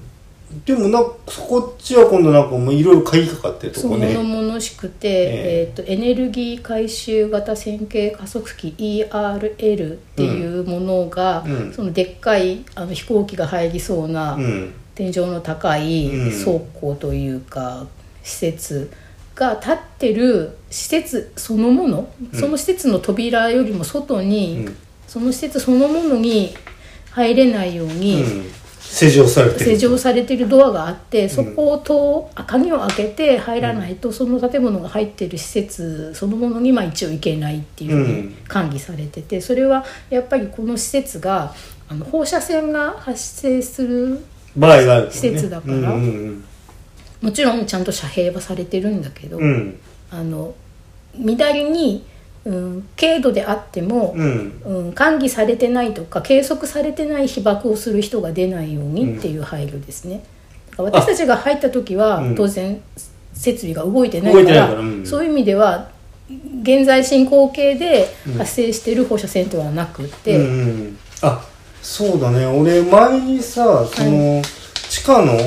S1: でもなんかそこっちは今度なんかもういろいろ鍵かかってると
S2: そう
S1: こ
S2: 物
S1: ね
S2: 々しくて、
S1: え
S2: えーとエネルギー回収型線形加速器 ERL っていうものが、
S1: うん
S2: そのでっかいあの飛行機が入りそうな、
S1: うん
S2: 天井の高い
S1: うん
S2: 倉庫というか、施設が立ってる施設そのもの、その施設の扉よりも外に、
S1: うん
S2: その施設そのものに入れないよう
S1: う
S2: に、
S1: ん施錠されてる
S2: 施錠されてるドアがあってそこをと鍵を開けて入らないと、その建物が入ってる施設そのものにまあ一応行けないっていうふう
S1: うん
S2: に管理されててそれはやっぱりこの施設があの放射線が発生する
S1: 場合があるもんね
S2: 施設だから
S1: うんうん
S2: もちろんちゃんと遮蔽はされてるんだけど、
S1: うんうん
S2: あの乱れに、うん、軽度であっても、
S1: うん
S2: うん管理されてないとか計測されてない被爆をする人が出ないよう
S1: うん
S2: にっていう配慮ですね。だから私たちが入った時は、
S1: うん
S2: 当然設備が動いてない
S1: 動い
S2: か
S1: てない
S2: ら
S1: からうん
S2: そういう意味では現在進行形で
S1: うん
S2: 発生してる放射線ではなくて、
S1: うんうん、あそうだね俺前にさその、地下の
S2: うん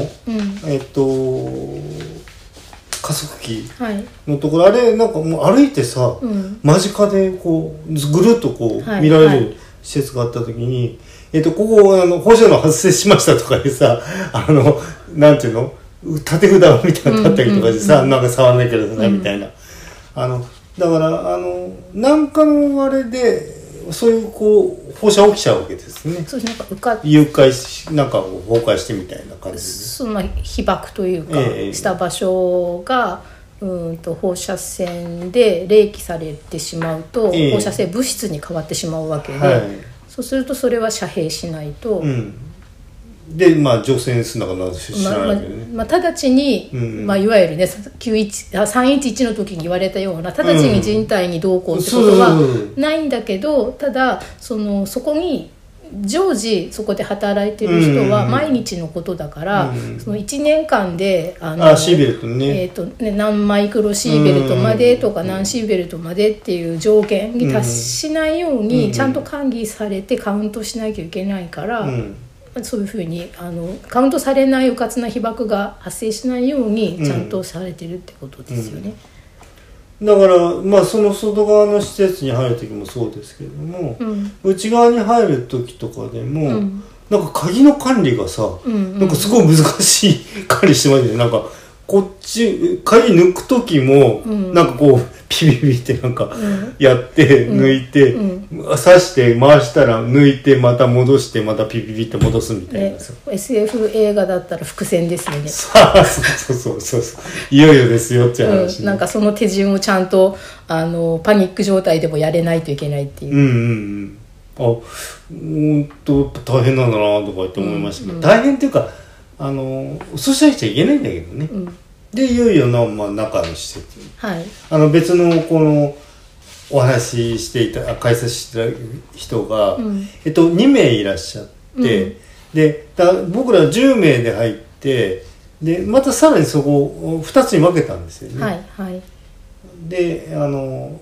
S1: えっと加速器
S2: はい、
S1: のところあれなんかもう歩いてさ、
S2: うん、
S1: 間近でこうずぐるっとこう、
S2: はい
S1: 見られ
S2: は
S1: る施設があった時に、えっとここあの放射能発生しましたとかでさ あのなんていうの縦札みたいなのあったりとかでさ、なんか触らなきゃいけないみたいな、あのだからあのなんかのあれでそういうこう放射起きちゃうわけですね
S2: そうですねなんか受かっ
S1: 誘拐しなんかこう崩壊してみたいな感じです
S2: その被爆というか
S1: ええ
S2: した場所が、うーんと放射線で冷気されてしまうと、
S1: ええ
S2: 放射性物質に変わってしまうわけで、
S1: はい
S2: そうするとそれは遮蔽しないと、
S1: うんでまあ乗船するのかな知
S2: ま
S1: ら
S2: ま
S1: ないけどね、
S2: まあ、直ちに、
S1: うん
S2: まあ、いわゆるね91あ311の時に言われたような直ちに人体にどうこうってこと
S1: うんそうそう
S2: はないんだけど、ただそのそこに常時そこで働いてる人
S1: う
S2: は
S1: ん
S2: 毎日のことだか
S1: う
S2: ら、
S1: ん
S2: その1年間であ
S1: あシーベルトね、
S2: えーとね、何マイクロシーベルトまでとか何シーベルトまでっていう条件に達しないよう
S1: うん
S2: にちゃんと管理されてカウントしなきゃいけないから、
S1: うん
S2: そういうふうにあのカウントされないうかつな被爆が発生しないよう
S1: うん
S2: にちゃんとされてるってことですよね。
S1: だからまあその外側の施設に入る時もそうですけども、
S2: うん
S1: 内側に入る時とかでも、
S2: うん
S1: なんか鍵の管理がさ、
S2: うんうん
S1: なんかすごい難しい管理してますねなんかこっち鍵抜く時も、
S2: うん
S1: なんかこうピピピってなんか
S2: ん
S1: やって、
S2: うん
S1: 抜いて、
S2: う
S1: 刺して回したら抜いてまた戻してまたピピピって戻すみたい
S2: ね
S1: なさ、、
S2: SF 映画だったら伏線ですよね。
S1: さあ そうそうそうそういよいよですよっていう話、
S2: うん、なんかその手順をちゃんとあのパニック状態でもやれないといけないっていう
S1: うんうんうんあうーんと大変なんだなとかって思いましたけど、
S2: うんうん
S1: 大変っていうかあのそうしなくちゃいけないんだけどね、
S2: うん
S1: でいよいよの、まあ、中の施設
S2: はい
S1: あの別のこのお話ししていたあ解説してた人が、
S2: うん
S1: えっと、2名いらっしゃって、
S2: うん
S1: でだ僕ら10名で入ってでまたさらにそこを2つに分けたんですよね、
S2: はいはい
S1: であの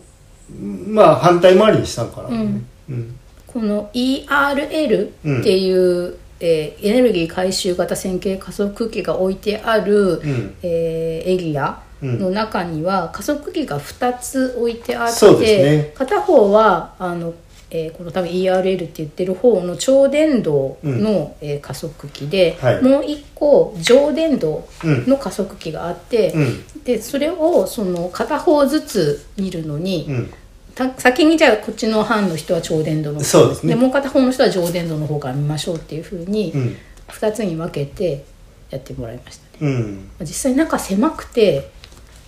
S1: まあ反対回りにしたんかな、
S2: うん
S1: うん
S2: この ERL っていう、えーエネルギー回収型線形加速器が置いてある、
S1: ん
S2: えーエリア
S1: うん
S2: の中には加速器が2つ置いてあっ
S1: そう
S2: て、
S1: ですね
S2: 片方はあの、えーこの多分 ERL って言ってる方の超電導の、えー加速器で、
S1: はい
S2: もう1個上電導
S1: うん
S2: の加速器があって、
S1: うん
S2: でそれをその片方ずつ見るのに、
S1: うん
S2: た先にじゃあこっちの班の人は超伝導の方
S1: そうですね
S2: もう片方の人は上伝導の方から見ましょうっていうふうに
S1: うん
S2: 2つに分けてやってもらいました
S1: う
S2: ね
S1: ん
S2: 実際なんか狭くて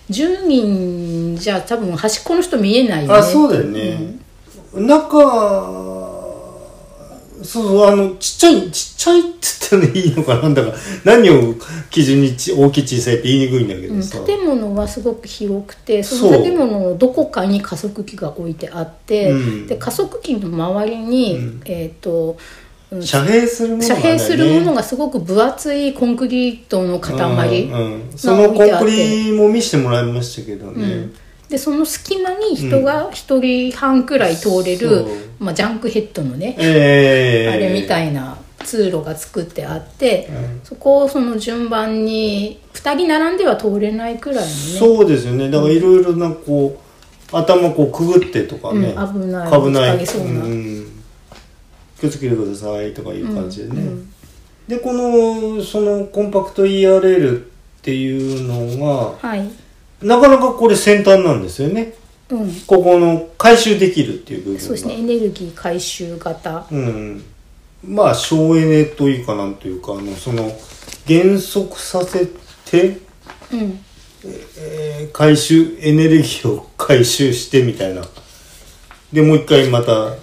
S2: 10人じゃ多分端っこの人見えないよね
S1: あそうだよね、中そうそうあのちっちゃいちっちゃいって言ったらいいのかなんだか何を基準にち大きい小さいって言いにくいんだけ
S2: うん
S1: どさ、
S2: 建物はすごく広くてそ
S1: そ
S2: の
S1: う
S2: 建物のどこかに加速器が置いてあって、
S1: うん
S2: で加速器の周りに、えっ、と、うん
S1: 遮蔽するものが
S2: 遮
S1: ないね
S2: 蔽するものがすごく分厚いコンクリートの塊、
S1: うんうんそのコンクリも見せてもらいましたけどね、
S2: うんでその隙間に人が一人半くらい通れる、
S1: そう
S2: まあ、ジャンクヘッドのね、
S1: ええ
S2: あれみたいな通路が作ってあって、
S1: うん
S2: そこをその順番に2人並んでは通れないくらいのね
S1: そうですよねだからいろいろなこう頭こうくぐってとかね、
S2: うん危ない
S1: 危ない
S2: ぶつかりそうな
S1: うん気をつけてくださいとかいう感じでね、
S2: うんうん
S1: でこのそのコンパクト ERL っていうのが
S2: はい、
S1: なかなかこれ先端なんですよね
S2: うん、
S1: ここの回収できるっていう部分が
S2: そうですねエネルギー回収型
S1: うん、まあ省エネというかなんというかあのその減速させて、
S2: うん
S1: えー回収エネルギーを回収してみたいなでもう一回また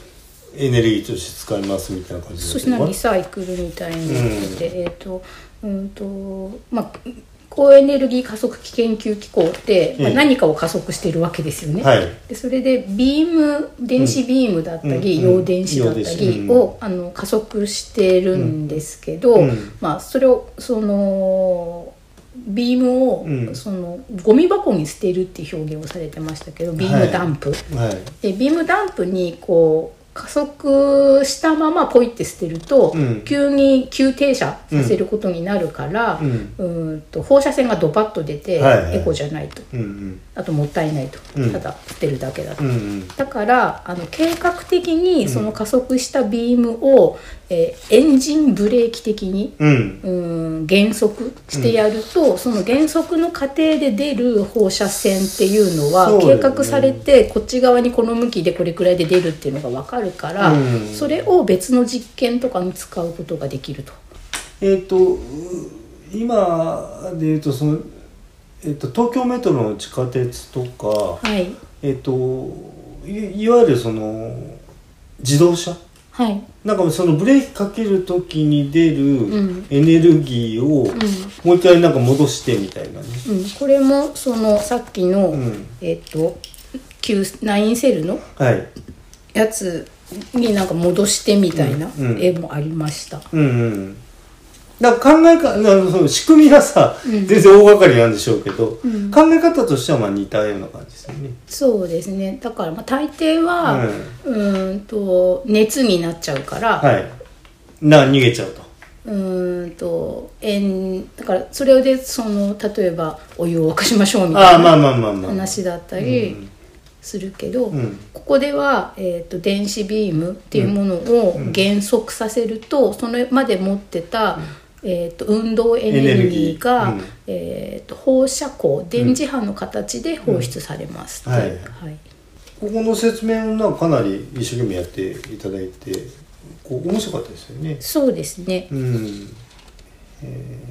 S1: エネルギーとして使いますみたいな感じ
S2: そし
S1: す
S2: て
S1: ね
S2: リサイクルみたいなので、えっ、とうんとまあ高エネルギー加速器研究機構って、まあ
S1: うん
S2: 何かを加速してるわけですよね、
S1: はい
S2: でそれでビーム電子ビームだったり、
S1: うんうん
S2: 陽電子だった
S1: 陽電
S2: り
S1: 子
S2: を、あの加速してるんですけど、
S1: うん
S2: まあ、それをそのビームを、
S1: うん
S2: そのゴミ箱に捨てるっていう表現をされてましたけどビームダンプ、
S1: はい
S2: でビームダンプにこう加速したままポイって捨てると、
S1: うん
S2: 急に急停車させることになるから、
S1: う
S2: うんーんと放射線がドバッと出て、
S1: はいはい
S2: エコじゃないと
S1: うんうん
S2: あともったいないと、
S1: うん
S2: ただ捨てるだけだと。
S1: うんうん
S2: だからあの計画的にその加速したビームを、えーエンジンブレーキ的に
S1: うん
S2: うーん減速してやると、その減速の過程で出る放射線っていうのは
S1: そうだよ
S2: 計
S1: ね
S2: 画されてこっち側にこの向きでこれくらいで出るっていうのが分かるから、
S1: うん
S2: それを別の実験とかに使うことができると。
S1: えっ、とう今で言うとその、えっと東京メトロの地下鉄とか、
S2: はい、
S1: えっといいわゆるその自動車
S2: はい、
S1: なんかそのブレーキかけるときに出る
S2: ん
S1: エネルギーをもう一回なんか戻してみたいなね、
S2: うん、これもそのさっきの、
S1: うん
S2: えっ、と Q9 セルの
S1: はい
S2: やつになんか戻してみたいな
S1: うんうん
S2: 絵もありました。
S1: うんうんだから考えかなその仕組みはさ、
S2: うん
S1: 全然大掛かりなんでしょうけど、
S2: うん
S1: 考え方としてはまあ似たような感じですよね
S2: そうですねだからまあ大抵は、うーんと熱になっちゃうから、
S1: はいな逃げちゃうと
S2: うーんと円だからそれでその例えばお湯を沸かしましょうみ
S1: あ
S2: た
S1: あ
S2: い
S1: まあ
S2: な
S1: まあまあまあ
S2: 話だった
S1: う
S2: り
S1: ん
S2: するけど、
S1: うん
S2: ここでは、えー、と電子ビームっていうものを減速させると、それまで持ってた、えー、と運動エネルギー
S1: エ
S2: が
S1: ネルギーうん
S2: えー、と放射光電磁波の形で放出されますっていう、
S1: うん
S2: はい
S1: ここの説明をなんかかなり一生懸命やっていただいてこう面白かったですよね
S2: そうですね
S1: うん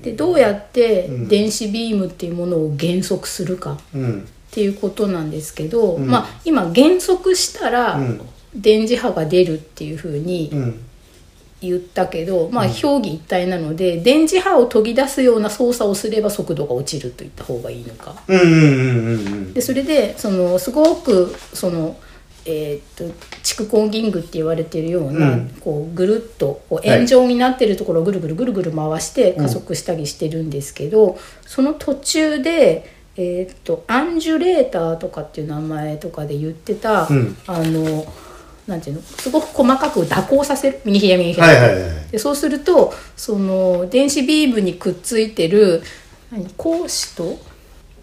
S2: でどうやって
S1: うん
S2: 電子ビームっていうものを減速するか、
S1: うん
S2: っていうことなんですけど、
S1: うん
S2: まあ今減速したら、
S1: うん
S2: 電磁波が出るっていうふうに
S1: うん
S2: 言ったけど、まあ表技一体なので電磁波を研ぎ出すような操作をすれば速度が落ちると言った方がいいのか。
S1: うんうんうんうん
S2: でそれでそのすごくその、えーっと蓄光ギングって言われてるような、
S1: うん
S2: こうぐるっとこう
S1: はい
S2: 円状になってるところをぐるぐるぐるぐる回して
S1: うん
S2: 加速したりしてるんですけど、その途中で、えーっとアンジュレーターとかっていう名前とかで言ってた、
S1: うん
S2: あのなんていうのすごく細かく蛇行させる右左右左
S1: はいはいはい
S2: でそうするとその電子ビームにくっついてる何光子と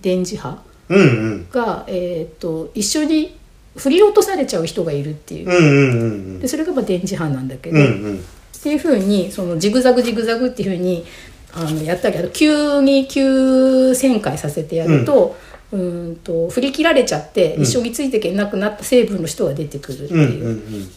S2: 電磁波
S1: うんうん
S2: が、えー、と一緒に振り落とされちゃう人がいるっていう
S1: うんうんうん
S2: でそれがまあ電磁波なんだけ
S1: うん
S2: ど、
S1: う
S2: っ
S1: んうん
S2: ていうふうにそのジグザグジグザグっていうふうにあのやったりあと急に急旋回させてやると。うーんと振り切られちゃって
S1: うん
S2: 一緒についていけなくなった成分の人が出てくるって
S1: うん
S2: いう、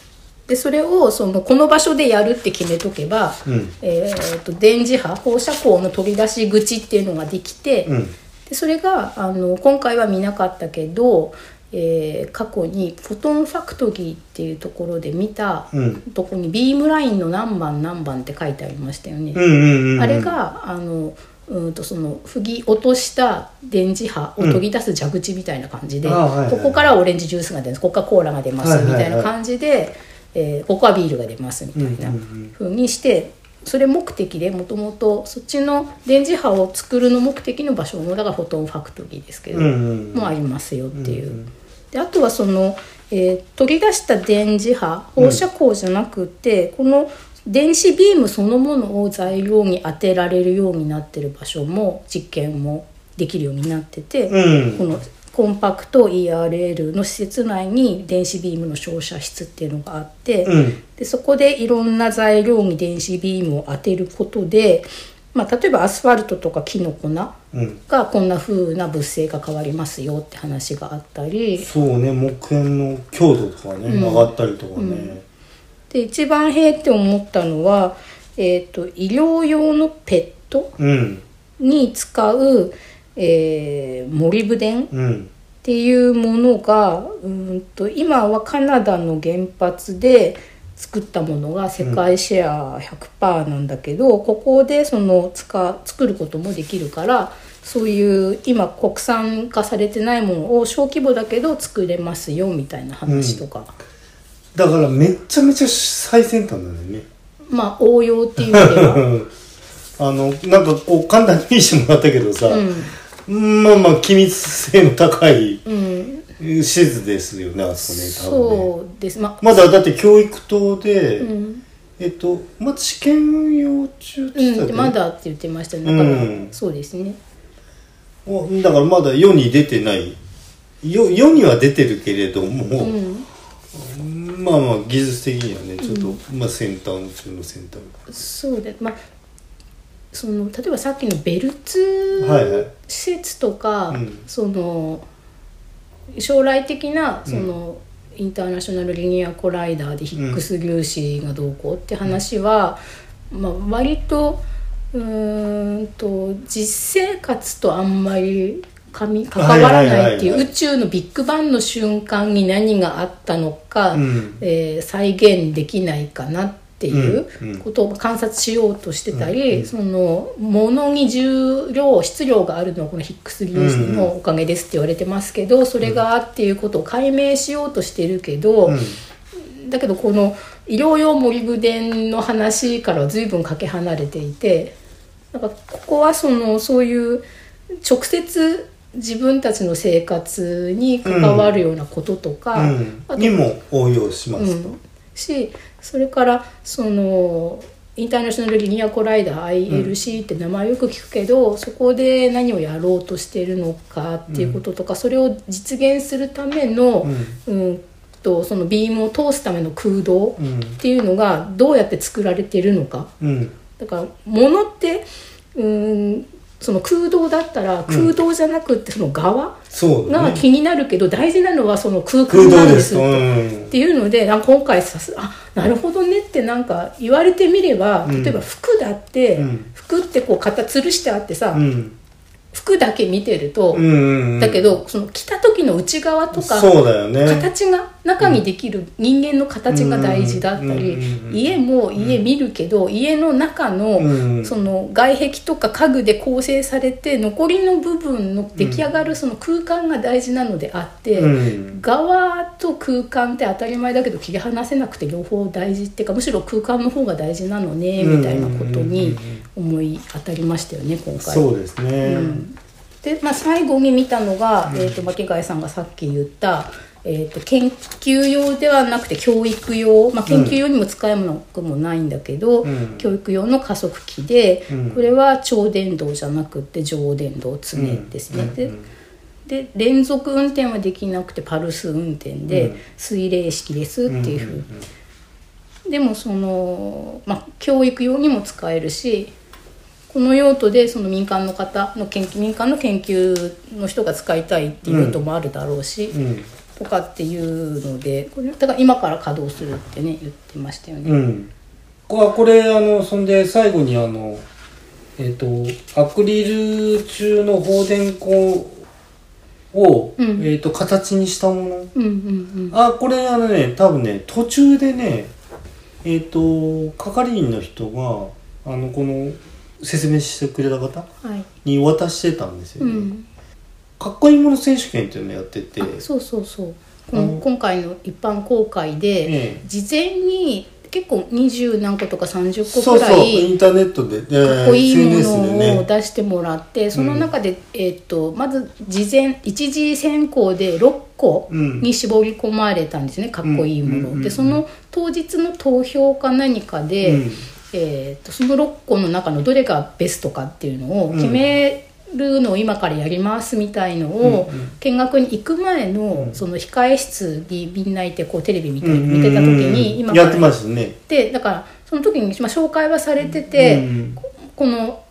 S2: でそれをそのこの場所でやるって決めとけば、
S1: うんうん
S2: えー、と電磁波放射光の取り出し口っていうのができて、
S1: うん
S2: でそれがあの今回は見なかったけど、えー過去にフォトンファクトリーっていうところで見た
S1: うん
S2: とこにビームラインの何番何番って書いてありましたよね。
S1: うんうんうん
S2: あれがあのうんとそのふぎ落とした電磁波を研ぎ出す蛇口みたいな感じで、
S1: うんあはいはい
S2: ここからオレンジジュースが出ますここからコーラが出ます
S1: はいはい
S2: み
S1: はい
S2: たいな感じで、えーここはビールが出ますみたいな
S1: うんうんうん
S2: ふうにして、それ目的でもともとそっちの電磁波を作るの目的の場所もだからフォトンファクトリーですけど、
S1: うんうん
S2: もありますよっていう。
S1: うんうん
S2: であとはその、えー取り出した電磁波放射光じゃなくて、この電子ビームそのものを材料に当てられるようになってる場所も実験もできるようになってて、
S1: うん
S2: このコンパクト ERL の施設内に電子ビームの照射室っていうのがあって、
S1: うん
S2: でそこでいろんな材料に電子ビームを当てることで、まあ、例えばアスファルトとか木の粉
S1: うん
S2: がこんな風な物性が変わりますよって話があったり
S1: そうね木片の強度とかね曲がったりとかね
S2: で一番へえって思ったのは、えー、と医療用のペット
S1: うん
S2: に使う、えー、モリブデンっ
S1: うん
S2: ていうものがうーんと今はカナダの原発で作ったものが世界シェア100%なんだけど、ここでその使作ることもできるからそういう今国産化されてないものを小規模だけど作れますよみたいな話とか。
S1: だからめっちゃめちゃ最先端だよね
S2: まあ応用っていう意味で
S1: う
S2: は。
S1: んあのなんかこう簡単に見せてもらったけどさ、
S2: う
S1: まあまあ機密性の高い
S2: ん、うん、
S1: 施設ですよねあそこね多分ね
S2: そうです。まあ、
S1: まだだって教育棟で、
S2: うん、
S1: えっとまだ試験運用中って
S2: う
S1: 言って
S2: ん、
S1: たよ
S2: ま
S1: ね、
S2: だって言ってましたね。だから、
S1: うん
S2: そうですね。
S1: おだからまだ世に出てないよ世には出てるけれど
S2: う
S1: も、
S2: ん、
S1: まあまあ技術的にはねちょっと、まあ先端中の先端
S2: そうで、まあ。その例えばさっきのベルツ
S1: はいはい
S2: 施設とか、
S1: うん
S2: その将来的なその、インターナショナルリニアコライダーでヒックス粒子がどうこうって話は、まあ、割とうーんと実生活とあんまりかみ関わらないってい
S1: はいはいはいはいう
S2: 宇宙のビッグバンの瞬間に何があったのか、
S1: うん
S2: えー再現できないかなっていう
S1: うんうん
S2: ことを観察しようとしてたり、その物に重量質量があるのはこのヒックス粒子のおかげですって言われてますけど、それがっていうことを解明しようとしてるけど、
S1: うん
S2: だけどこの医療用モリブデンの話からは随分かけ離れていてなんかここはそのそういう直接自分たちの生活に関わるようなこととか、
S1: うん、にも応用しますと、
S2: うんしそれからそのインターナショナルリニアコライダー ILC って名前よく聞くけど、そこで何をやろうとしているのかっていうこととか、それを実現するための、うん、とそのビームを通すための空洞
S1: うん
S2: っていうのがどうやって作られているのか。
S1: うん
S2: だから物ってうんその空洞だったら空洞じゃなくってその側
S1: そうだ
S2: が
S1: ね
S2: 気になるけど、大事なのはその空
S1: 空
S2: 間な
S1: 洞
S2: ん
S1: で
S2: ですす
S1: と、
S2: と
S1: うん
S2: っ、ていうのでなんか今回さすあなるほどねってなんか言われてみれば
S1: うん
S2: 例えば服だって、
S1: うん
S2: 服ってこう型吊るしてあってさ、
S1: うん
S2: 服だけ見てると、
S1: うんうんうん
S2: だけどその着た時の内側とか
S1: そうだよね
S2: 形が中にできる人間の形が大事だったり、
S1: うんうんうん
S2: 家も家見るけど、家の中の、
S1: うん
S2: その外壁とか家具で構成されて残りの部分の出来上がるその空間が大事なのであって、
S1: うん
S2: 側と空間って当たり前だけど切り離せなくて両方大事っていうかむしろ空間の方が大事なのねみたいなことに思い当たりましたよね今回。
S1: そうですね
S2: うんで、まあ、最後に見たのが、えー、と巻貝さんがさっき言った、えー、と研究用ではなくて教育用、まあ、研究用にも使えなくもないんだけど、
S1: うん
S2: 教育用の加速器で、
S1: うん
S2: これは超電導じゃなくて上電導常ですね。
S1: うん
S2: で
S1: うん
S2: で連続運転はできなくてパルス運転で、
S1: うん
S2: 水冷式ですっていうふうに
S1: んん
S2: でもその、まあ、教育用にも使えるしこの用途でその民間の方の研究民間の研究の人が使いたいっていう用途もあるだろうし、
S1: うんうん
S2: とかっていうのでこれだから今から稼働するってね言ってましたよね。
S1: うん。ここれ、あの、そんで最後にあの、えっ、と、アクリル中の放電孔を、
S2: うん
S1: えっ、と、形にしたもの。
S2: うんうん
S1: あ、これあのね、多分ね、途中でね、えっ、と、係員の人が、あの、この、説明してくれた方
S2: うんはい
S1: に渡してたんですよ
S2: う
S1: ね。
S2: ん、
S1: かっこいいもの選手権っていうのをやってて、
S2: あそうそうそうこ
S1: あ
S2: の
S1: の
S2: 今回の一般公開で、
S1: ええ
S2: 事前に結構二十何個とか三十個
S1: そう
S2: くらい
S1: そう、インターネットで、
S2: かっこいいも
S1: SNS で
S2: のを
S1: ね。
S2: 出してもらって、その中で、えー、とまず事前一次選考で6個
S1: うん
S2: に絞り込まれたんですね、かっこいいもの、
S1: うんうんうんうん
S2: でその当日の投票か何かで、
S1: うん
S2: えー、とその6個の中のどれがベストかっていうのを決めるのを今からやりますみたいのを、
S1: うんうん
S2: 見学に行く前の、
S1: ん
S2: その控え室にみんないてこうテレビ見て,、
S1: うんうんうん
S2: 見てた時に今から
S1: やってましたね。
S2: でだからその時に、まあ、紹介はされてて、
S1: うん
S2: ここの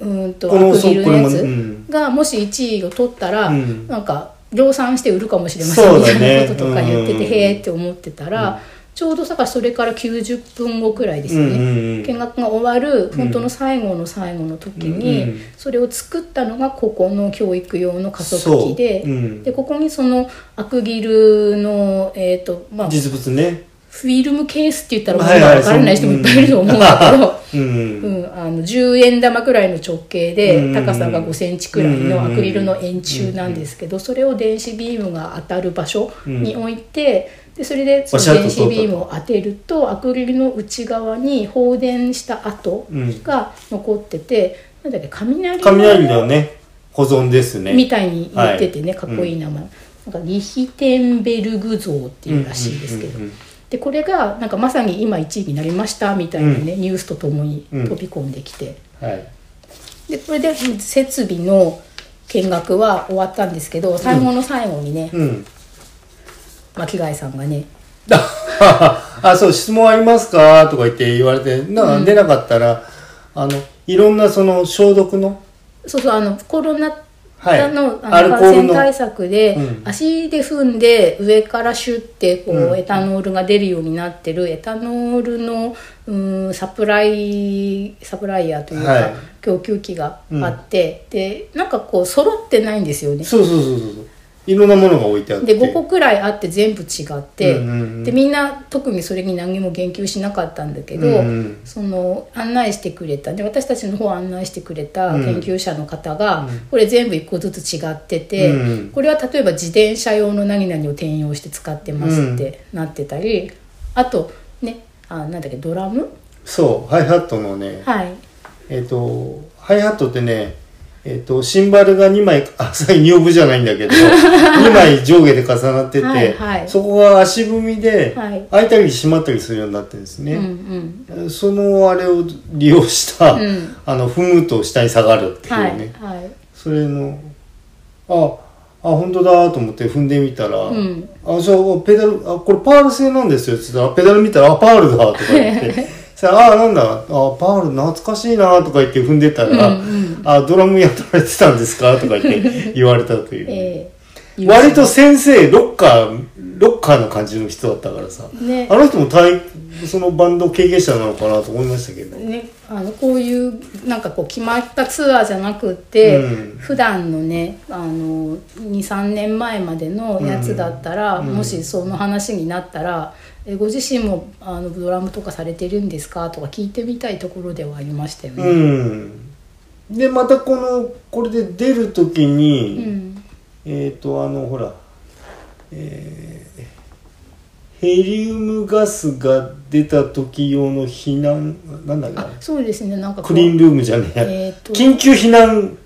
S2: うーんと
S1: この
S2: アクリルのや
S1: そうこれもう
S2: つ
S1: ん
S2: がもし1位を取ったら、
S1: うん
S2: なんか量産して売るかもしれません
S1: そう
S2: みた
S1: だね
S2: いなこととか言ってて、
S1: うん
S2: へえって思ってたら、ちょうどさそれから90分後くらいですよ
S1: う
S2: ね、
S1: んうんうん
S2: 見学が終わる本当の最後の最後の時に、
S1: うんうん
S2: それを作ったのがここの教育用の加速器で,、
S1: そううん
S2: でここにそのアクリルの、えーとまあ、
S1: 実物ね。
S2: フィルムケースって言ったらも
S1: は
S2: う
S1: い
S2: 今
S1: はい
S2: わからない人もいっぱいいると思うんだ
S1: う
S2: け
S1: ん。
S2: ど、うん、あの10円玉くらいの直径
S1: うん
S2: で高さが5センチくらいのアクリルの円柱なんですけどそれを電子ビームが当たる場所に置いてでそれでその電子ビームを当てるとアクリルの内側に放電した跡が残ってて、なんだっけ雷の
S1: 雷のね、保存ですね。
S2: みたいに言っててね、
S1: はい
S2: かっこいい名前、なんかリヒテンベルグ像っていうらしいですけ
S1: うん
S2: ど、
S1: うんうんうん
S2: でこれがなんかまさに今1位になりましたみたいなね、ニュースとともに
S1: うん
S2: 飛び込んできて、
S1: はい。
S2: でこれで設備の見学は終わったんですけど最後の最後にね、
S1: うん。
S2: 巻貝さんがね
S1: あ、そう、質問ありますかとか言って言われて、な出なかったら、あの、いろんなその消毒の、
S2: そうそうあのコロナ
S1: はい
S2: のあ
S1: アル
S2: の
S1: コー
S2: 感
S1: ルの
S2: 染対策で、
S1: うん
S2: 足で踏んで上からシュッてこう、
S1: うん
S2: エタノールが出るようになってるエタノールのうんサプライサプライヤーというか、
S1: はい
S2: 供給器があって、でなんかこう揃ってないんですよね。
S1: そうそうそうそうそう。いろんなものが置いてあって。
S2: で5個くらいあって全部違って、
S1: うんうんうん
S2: でみんな特にそれに何も言及しなかったんだけど、
S1: うんうん
S2: その案内してくれたで私たちの方を案内してくれた
S1: うん
S2: 研究者の方が、これ全部1個ずつ違ってて、
S1: うんうん
S2: これは例えば自転車用の何々を転用して使ってますってなってたり、あとねあなんだっけドラム
S1: そう、ハイハットのね、
S2: はい
S1: えっと、ハイハットってね、えっと、シンバルが2枚、あ、さにオブじゃないんだ けど、2枚上下で重なってて、
S2: はいはい
S1: そこが足踏みで
S2: はい、
S1: 開いたり閉まったりするようになってるんですね。
S2: うんうん
S1: そのあれを利用した、
S2: うん
S1: あの踏むと下に下がるっていう
S2: はい
S1: ね、
S2: はい
S1: それのああ本当だと思って踏んでみたら「
S2: ん
S1: あそうペダルあこれパール製なんですよ」って言ったらあ「ペダル見たらあパールだ」とか言って そしたらあなんだあパール懐かしいな」とか言って踏んでたら「
S2: うん
S1: あドラムやってられて たんですか?」とか言って言われたという、
S2: えー
S1: 割と先生ロッカーロッカーな感じの人だったからさ、
S2: ね
S1: あの人も体そのバンド経験者なのかなと思いましたけど、
S2: ね、あのこういうなんかこう決まったツアーじゃなくて、
S1: うん
S2: 普段のねあの23年前までのやつだったら、
S1: うん
S2: もしその話になったら「えご自身もあのドラムとかされてるんですか?」とか聞いてみたいところではありましたよね。
S1: うんでまたこのこれで出る時
S2: う
S1: に、
S2: ん
S1: えっ、とあのほら、えーヘリウムガスが出た時用の避難なんだっけ
S2: あ
S1: な
S2: そうですねなんかこ
S1: ク
S2: う
S1: リーンルームじゃねえや、
S2: えーと
S1: 緊急避難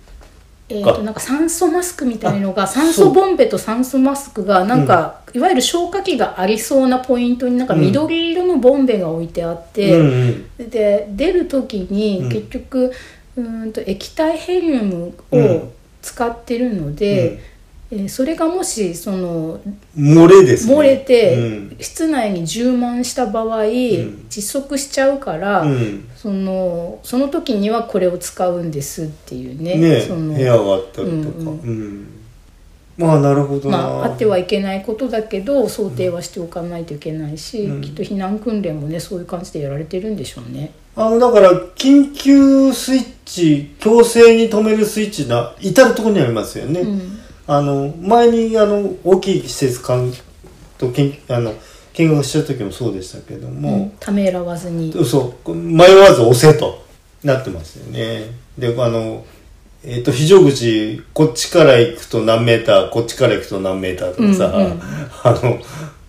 S2: えー、となんか酸素マスクみたいのが酸素ボンベと酸素マスクがなんか、いわゆる消火器がありそうなポイントになんか緑色のボンベが置いてあって、
S1: うんうん
S2: で出る時に
S1: うん
S2: 結局、うーんと液体ヘリウム
S1: う
S2: を
S1: ん
S2: 使ってるので、えーそれがもしその
S1: 漏れですね
S2: 漏れて
S1: うん
S2: 室内に充満した場
S1: ん
S2: 合、窒息しちゃうから、
S1: うん
S2: そのその時にはこれを使うんですっていうね
S1: ね
S2: その
S1: 部屋があったりとか、う
S2: うんんうん
S1: まあなるほどな、
S2: まあ、あってはいけないことだけど想定はしておかないといけないし、
S1: うん
S2: きっと避難訓練もねそういう感じでやられてるんでしょうね。
S1: あのだから緊急スイッチ強制に止めるスイッチな至る所にありますよね、
S2: うん
S1: あの前にあの大きい施設間とけんあの見学した時もそうでしたけど
S2: う
S1: も
S2: ん、ためらわずに、
S1: そう迷わず押せとなってましたよねであのえっ、と非常口こっちから行くと何メーターこっちから行くと何メーターとかさ、
S2: うんうん
S1: あの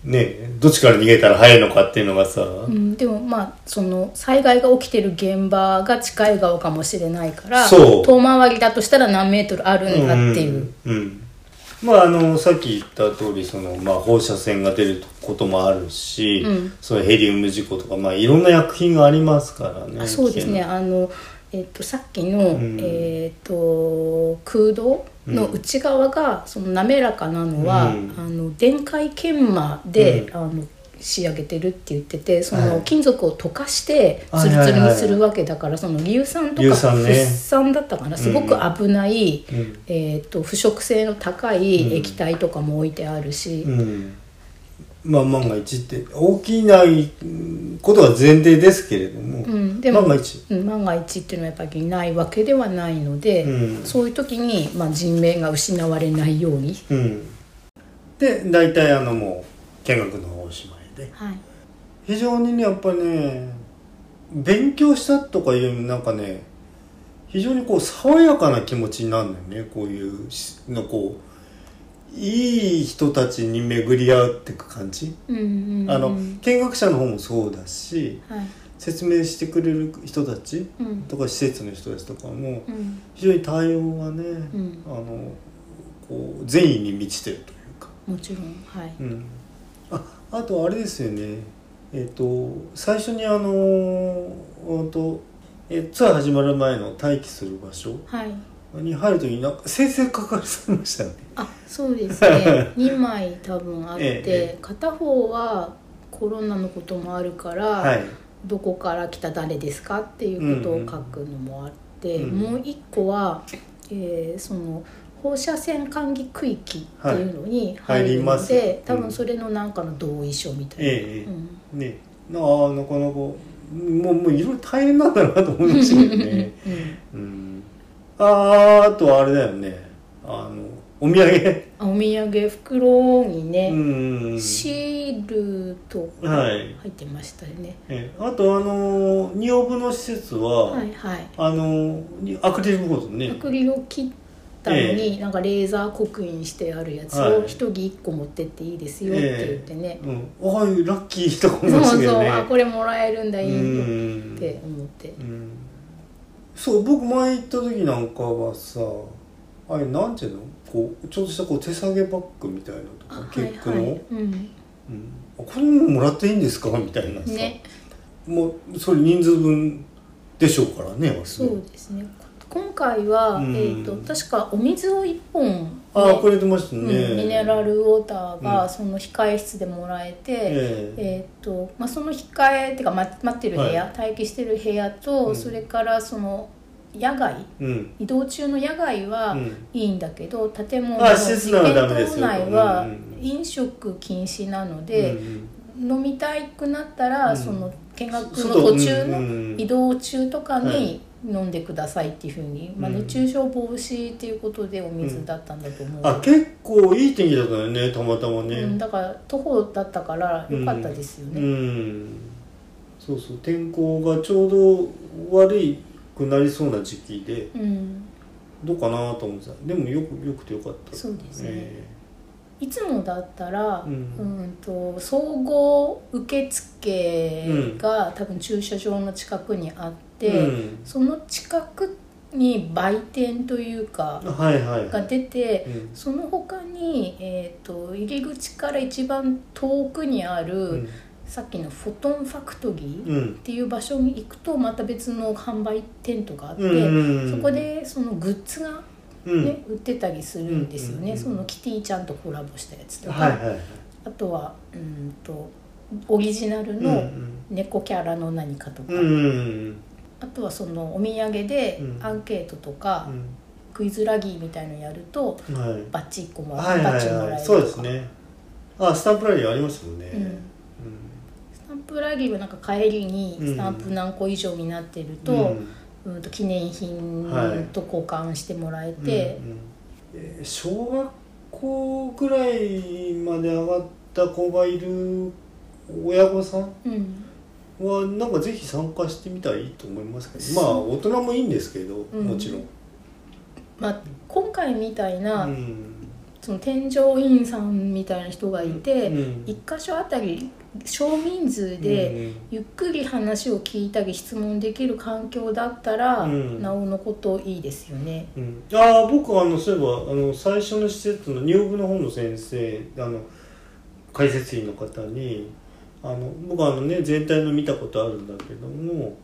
S1: ねどっちから逃げたら早いのかっていうのがさ、
S2: うん、でもまあその災害が起きてる現場が近い側かもしれないから
S1: そう
S2: 遠回りだとしたら何メートルあるんだっていう、
S1: うんうんまああのさっき言った通りそのまあ放射線が出ることもあるし、
S2: うん
S1: そのヘリウム事故とかまあいろんな薬品がありますからね。
S2: あそうですね
S1: 危険な。
S2: あの、えっとさっきの、
S1: ん
S2: えっと空洞の内側がその滑らかなの
S1: う
S2: は、
S1: ん
S2: あの電解研磨で、
S1: う
S2: あの仕上げてるって言っててそ
S1: は
S2: の
S1: い
S2: 金属を溶かして
S1: は
S2: ツ
S1: い
S2: ル
S1: はいはい
S2: ツルにするわけだから、その硫酸と
S1: 硫
S2: か
S1: 酸ね
S2: フッ酸だったかなすごく危ない、
S1: うん
S2: えっと腐食性の高い液体とかも置いてあるし、
S1: うん。まあ万が一って起きないことは前提ですけれども、
S2: うんでも
S1: 万が一。
S2: うん万が一っていうのはやっぱりないわけではないので、
S1: うん
S2: そういう時に、まあ、人命が失われないように、
S1: うん。で大体あのもう見学の方おしまいで。
S2: はい、
S1: 非常にねやっぱね勉強したとかいうよりもなんかね非常にこう爽やかな気持ちになるんだよねこういうしのこういい人たちに巡り合っていく感じ、
S2: うんうんうん
S1: あの見学者の方もそうだし
S2: はい
S1: 説明してくれる人たち
S2: うん
S1: とか施設の人たちとかも
S2: うん
S1: 非常に対応がね、
S2: うん
S1: あのこう善意に満ちてるというか
S2: もちろんはい
S1: うん、ああとあれですよねえっ、と最初にあのうんとえツアー始まる前の待機する場所
S2: はい
S1: に入るときになんか先生書かされましたよね
S2: あそうです ね2枚多分あって、
S1: ええ
S2: 片方はコロナのこともあるから、
S1: はい
S2: どこから来た誰ですかっていうことを書くのもあって、
S1: うん
S2: もう一個は、えーその放射線管理区域っていうのに
S1: はい入
S2: 入るので、
S1: ります
S2: 多分それのなんかの同意書みたいな、
S1: ええ
S2: う
S1: え
S2: ん
S1: えねなあなかなかもうもういろいろ大変なんだなと思いましたよ ね
S2: うん
S1: うんあーあとあれだよねあのお土産
S2: あお土産袋に
S1: う
S2: ね、
S1: ん
S2: シールとか
S1: はい
S2: 入ってましたよね、
S1: ええあとあの仁王部の施設は、
S2: はいはい
S1: あのアクリルボードね
S2: アクリルを切ったのに、
S1: え
S2: なんかレーザー刻印してあるやつ
S1: は
S2: を
S1: い
S2: 一人一個持ってっていいですよって言ってね、
S1: うん、おいラッキーとか思い
S2: そ
S1: ま
S2: う
S1: したけ
S2: そ
S1: ど
S2: う、
S1: ね
S2: あこれもらえるんだいいよ
S1: うん
S2: って思って、
S1: うんそう僕前行った時なんかはさあれなんていうのこうちょっとしたこう手提げバッグみたいなと
S2: あ
S1: か結構
S2: はい
S1: の、
S2: はい、うん、
S1: うん、あこれももらっていいんですかみたいなさ、
S2: ね
S1: もうそれ人数分でしょうからね
S2: そうですね今回は、
S1: うん
S2: えー、と確かお水を1本、ね
S1: ああこれ出ましたね、
S2: うんミネラ
S1: え
S2: ルウォーター
S1: う
S2: が
S1: ん
S2: その控え室でもらえて、
S1: え
S2: えーとまあ、その控えっていうかま待ってる部屋、待機してる部屋と、
S1: うん
S2: それからその野外
S1: うん
S2: 移動中の野外は
S1: うん
S2: いいんだけど、建物
S1: あ
S2: の
S1: 施
S2: 実
S1: 設なら
S2: 験
S1: ダメです
S2: 棟
S1: よ
S2: 内は
S1: うんうんうん
S2: 飲食禁止なの
S1: う
S2: で、
S1: ん
S2: 飲みたくなったら、
S1: うん
S2: その見学の
S1: 外
S2: 途中
S1: うんう
S2: の
S1: んうん
S2: 移動中とか
S1: は
S2: に
S1: い
S2: 飲んでくださいっていうふうに、まあ、
S1: うん
S2: 熱中症防止っていうことでお水だったんだと思う、
S1: あ結構いい天気だったよねたまたまね、
S2: うんだから徒歩だったから良かったですよね、
S1: うんそうそう天候がちょうど悪くなりそうな時期で
S2: うん
S1: どうかなと思ってたでもよくよくてよかった
S2: そうですね
S1: え
S2: いつもだったら、う
S1: うんん、
S2: と総合受付が、多分駐車場の近くにあっ
S1: え
S2: て、
S1: うん
S2: その近くに売店というか
S1: はいはい
S2: が出て、
S1: うん
S2: その他に、えー、と入り口から一番遠くにある、
S1: うん
S2: さっきのフォトンファクトリーっ
S1: うん
S2: ていう場所に行くとまた別の販売店とかあって、
S1: うん
S2: そこでそのグッズが、ね
S1: うん
S2: 売ってたりするんですよね、
S1: うん
S2: そのキティちゃんとコラボしたやつとか、
S1: はいはいはい
S2: あとはうんとオリジナル
S1: うん
S2: の猫キャラの何かとか、
S1: うんうん
S2: あとはそのお土産で
S1: うん
S2: アンケートとか、
S1: う
S2: クイズラギーみたいのやると
S1: んはい
S2: バッチ1個もら
S1: は
S2: え
S1: い
S2: るバッ
S1: は
S2: チ
S1: い
S2: も
S1: は
S2: らえ
S1: い
S2: る
S1: そうで
S2: と
S1: す
S2: か、
S1: ねあスタンプラリーありましたもんね
S2: うん、
S1: うん
S2: スタンプラギーはなんか帰りにスタンプ何個以上になってると,、
S1: う
S2: うん
S1: ん
S2: と記念品と交換してもらえて、
S1: うんうんえー小学校ぐらいまで上がった子がいる親御さん
S2: うん
S1: はなんかぜひ参加してみたいと思いますけど
S2: そ
S1: ま
S2: う
S1: あ大人もいいんですけど、
S2: ん
S1: もちろん、
S2: まあ、今回みたいな、
S1: うん
S2: その添乗員さんみたいな人がいて、
S1: うん
S2: 一1箇所あたり少人数で、ゆっくり話を聞いたり質問できる環境だったら、
S1: うん
S2: なおのこといいですよね。
S1: うんうんああ僕あのそういえばあの最初の施設の入部の方の先生あの解説員の方にあの僕あのね全体の見たことあるんだけども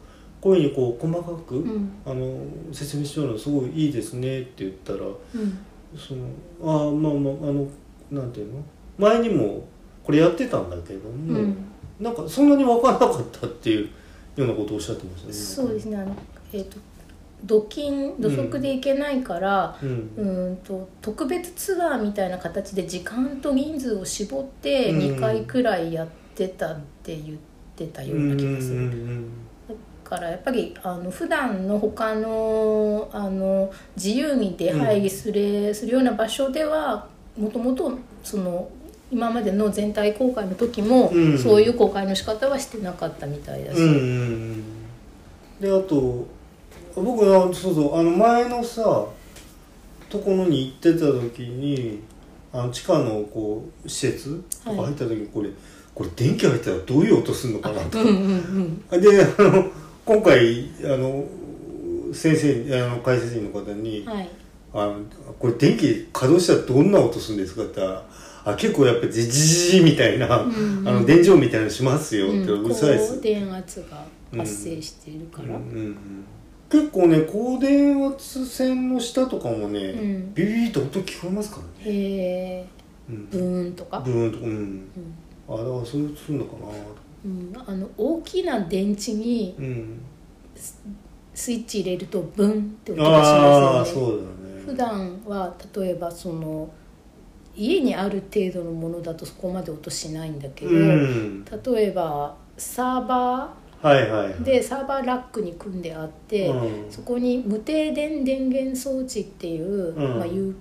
S1: こういうふうにこう細かく、
S2: うん
S1: あの説明してもらうのすごいいいですねって言ったら
S2: うん
S1: そのああまあまああのなんていうの前にもこれやってたんだけども、
S2: うん
S1: なんかそんなに分からなかったっていうようなことをおっしゃってましたね。
S2: そうですねあの、えー、と土金土足で行けないから、
S1: うん、
S2: うーんと特別ツアーみたいな形で時間と人数を絞って
S1: うん
S2: 2回くらいやってたって言ってたような気がする、だからやっぱりあの普段の他のあの自由に出入りする,、するような場所ではもともとその今までの全体公開の時も、
S1: うん
S2: そういう公開の仕方はしてなかったみたいだし、
S1: うんうんうんであと僕あそうそうあの前のさところに行ってた時にあの地下のこう施設とか入った時にこれ、これ電気入ったらどういう音するのかなと
S2: うんうん うん
S1: であの今回あの先生あの解説員の方に、
S2: はい、
S1: あのこれ電気稼働したらどんな音するんですかって言ったらあ結構やっぱジジジジみたいな、
S2: んうん
S1: あの電状みたいなのしますよって、う
S2: うん
S1: るさいです
S2: 高電圧が発生しているから、
S1: うんうんうん結構ね高電圧線の下とかもね、
S2: うん
S1: ビビビって音聞こえますからね、
S2: へえ
S1: うん、
S2: ブーンとか
S1: ブ、ーンとうん
S2: うん
S1: あだからそういう音するのかな
S2: うん、あの大きな電池に
S1: うん
S2: スイッチ入れるとブンって音がし
S1: ああ
S2: ますよね
S1: そうだよね
S2: 普段は例えばその家にある程度のものだとそこまで音しないんだけど、
S1: うん
S2: 例えばサーバ
S1: はいはいはい
S2: ーでサーバーラックに組んであって、
S1: うん
S2: そこに無停電電源装置ってい
S1: う
S2: う、
S1: ん
S2: まあ、UPS っ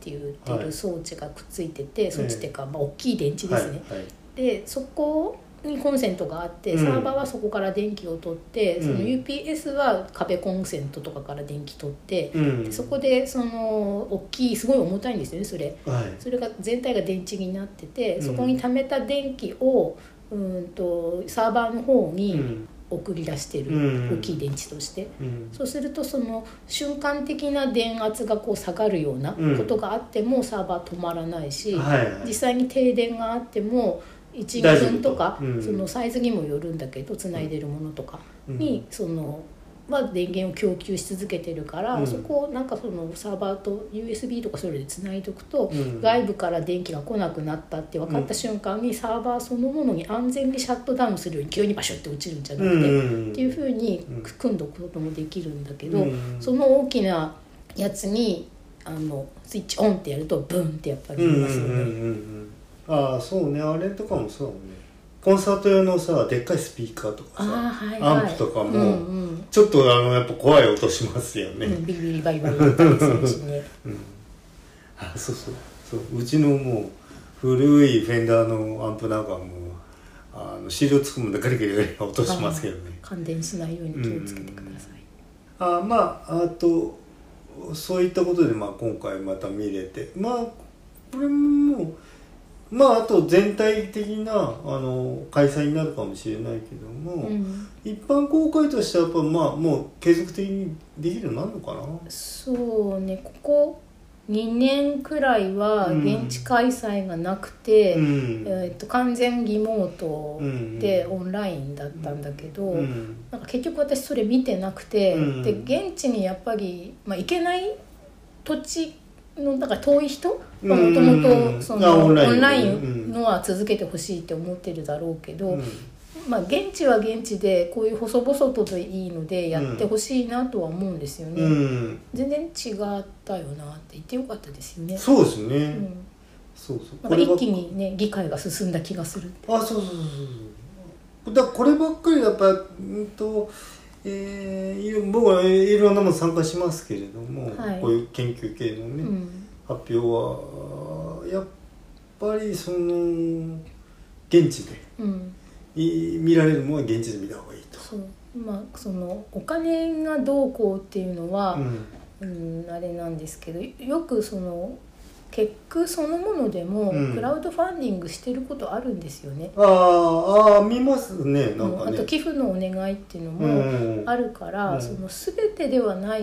S2: て言って
S1: は
S2: る
S1: い
S2: 装置がくっついてて、装置っていうか、まあ、大きい電池で
S1: はい
S2: すね、
S1: はい
S2: でそこにコンセントがあって、
S1: うん
S2: サーバーはそこから電気を取って、その
S1: うん
S2: UPS は壁コンセントとかから電気取って、
S1: うん、
S2: でそこでその大きいすごい重たいんですよねそれ
S1: はい
S2: それが全体が電池になってて
S1: うん
S2: そこに溜めた電気をうーんとサーバーの方
S1: う
S2: に
S1: ん
S2: 送り出してる、
S1: うん
S2: 大きい電池として
S1: うん
S2: そうするとその瞬間的な電圧がこう下がるような
S1: うん
S2: ことがあってもサーバー止まらないし、
S1: はいはい
S2: 実際に停電があっても
S1: 大
S2: 1
S1: 丈夫
S2: 分とか、
S1: うん
S2: そのサイズにもよるんだけど繋いでるものとかに、そのは電源を供給し続けてるから、
S1: うん
S2: そこをなんかそのサーバーと USB とかそれでつないでおくと、
S1: うん
S2: 外部から電気が来なくなったって分かった瞬間に、サーバーそのものに安全にシャットダウンするように急にバシュって落ちるんじゃな
S1: う
S2: くて、
S1: ん
S2: っていうふうに
S1: うん
S2: 組んどくこともできるんだけど、
S1: うん
S2: その大きなやつにあのスイッチオンってやるとブンってやっぱり
S1: う
S2: い
S1: んう
S2: ますよ
S1: ん
S2: ね。
S1: うんうんうんああそうねあれとかもそうだねコンサート用のさでっかいスピーカーとか
S2: ああ
S1: さ
S2: はいはい、
S1: アンプとかも
S2: うんうん
S1: ちょっとあのやっぱ怖い音しますよね、
S2: うんビリビリバリバリだったりするしね
S1: あそうそうそううちのもう古いフェンダーのアンプなんかもうあのシールつくもんでガリガリガリ音しますけどね
S2: 感電しないように気をつけてください、
S1: あまああとそういったことで、まあ、今回また見れてまあこれももうまああと全体的なあの開催になるかもしれないけども、
S2: うん
S1: 一般公開としてはやっぱまあもう継続的にできるようになるのかな
S2: そうねここ2年くらいは
S1: うん
S2: 現地開催がなくて、
S1: うん
S2: えー、と完全リモート
S1: うん
S2: でオンラインだったんだけど、
S1: うん
S2: なんか結局私それ見てなくて、
S1: うん
S2: で現地にやっぱり、まあ、行けない土地のなんか遠い人
S1: うん
S2: もともとそ
S1: あ
S2: の
S1: オ
S2: オ
S1: ンライン
S2: ンラインのは続けてほしいって思ってるだろうけど、
S1: うん
S2: まあ、現地は現地でこういう細々とでいいのでやってほしいなとは思うんですよね、
S1: うん
S2: 全然違ったよなって言ってよかったですよね、
S1: そうですね、
S2: うん、
S1: そうそう
S2: なんか
S1: ばっ
S2: 一気にね議会が進んだ気がする
S1: あそうそうそうそうだからこればっかりやっぱうんとえーいろ、僕はいろんなもの参加しますけれども、
S2: はい
S1: こういう研究系のね、
S2: うん
S1: 発表はやっぱりその現地で
S2: うん
S1: い見られるものは現地で見た方がいいと。
S2: そうまあそのお金がどうこうっていうのは、
S1: うん
S2: うん、あれなんですけどよくその結句そのものでも
S1: うん
S2: クラウドファンディングしてることあるんですよね。
S1: あーあー見ますねなん
S2: うん
S1: か
S2: あ
S1: ね
S2: と寄付のお願いっていうのも
S1: うん
S2: あるから、
S1: うん
S2: その全てではな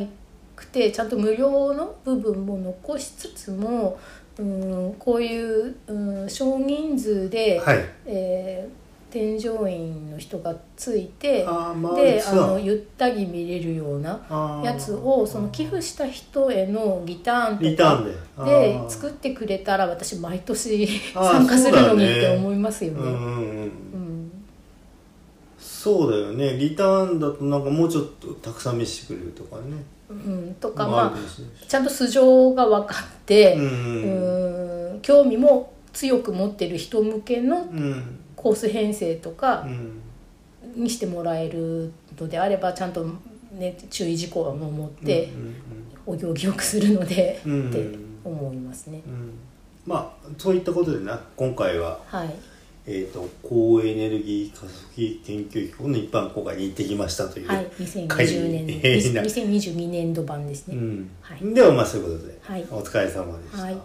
S2: くてちゃんと無料の部分も残しつつも、うん、こういう、うん、少人数で、
S1: はい
S2: えー添乗員の人がついて
S1: あーまあ
S2: であ
S1: ツアー
S2: のゆったり見れるような
S1: あー
S2: やつをその寄付した人へのリターンとか
S1: リターンであ
S2: で
S1: ー
S2: 作ってくれたら私毎年
S1: あー
S2: 参加するのにっ
S1: そ
S2: て
S1: うだね
S2: 思いますよ
S1: う
S2: ね。
S1: んうんうん
S2: うん
S1: そうだよねリターンだとなんかもうちょっとたくさん見せてくれるとかね
S2: うん、とか
S1: まある
S2: まあ
S1: かもしれないし
S2: ちゃんと素性が分かって、
S1: う
S2: うんーん興味も強く持ってる人向け
S1: う
S2: の
S1: ん
S2: コース編成と
S1: う
S2: か
S1: ん
S2: にしてもらえるのであればちゃんと、ね、注意事項は守って
S1: うん
S2: お行儀よくするので
S1: うんうん
S2: って思いますね
S1: う。んまあそういったことでな今回は、
S2: はい、
S1: えー、と高エネルギー加速器研究機構の一般公開に行ってきましたという、
S2: はい、2020年2022年度版です
S1: う
S2: ね。
S1: ん
S2: はい
S1: ではまあそういうことで、
S2: はい
S1: お疲れ様でした、
S2: はい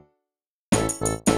S1: した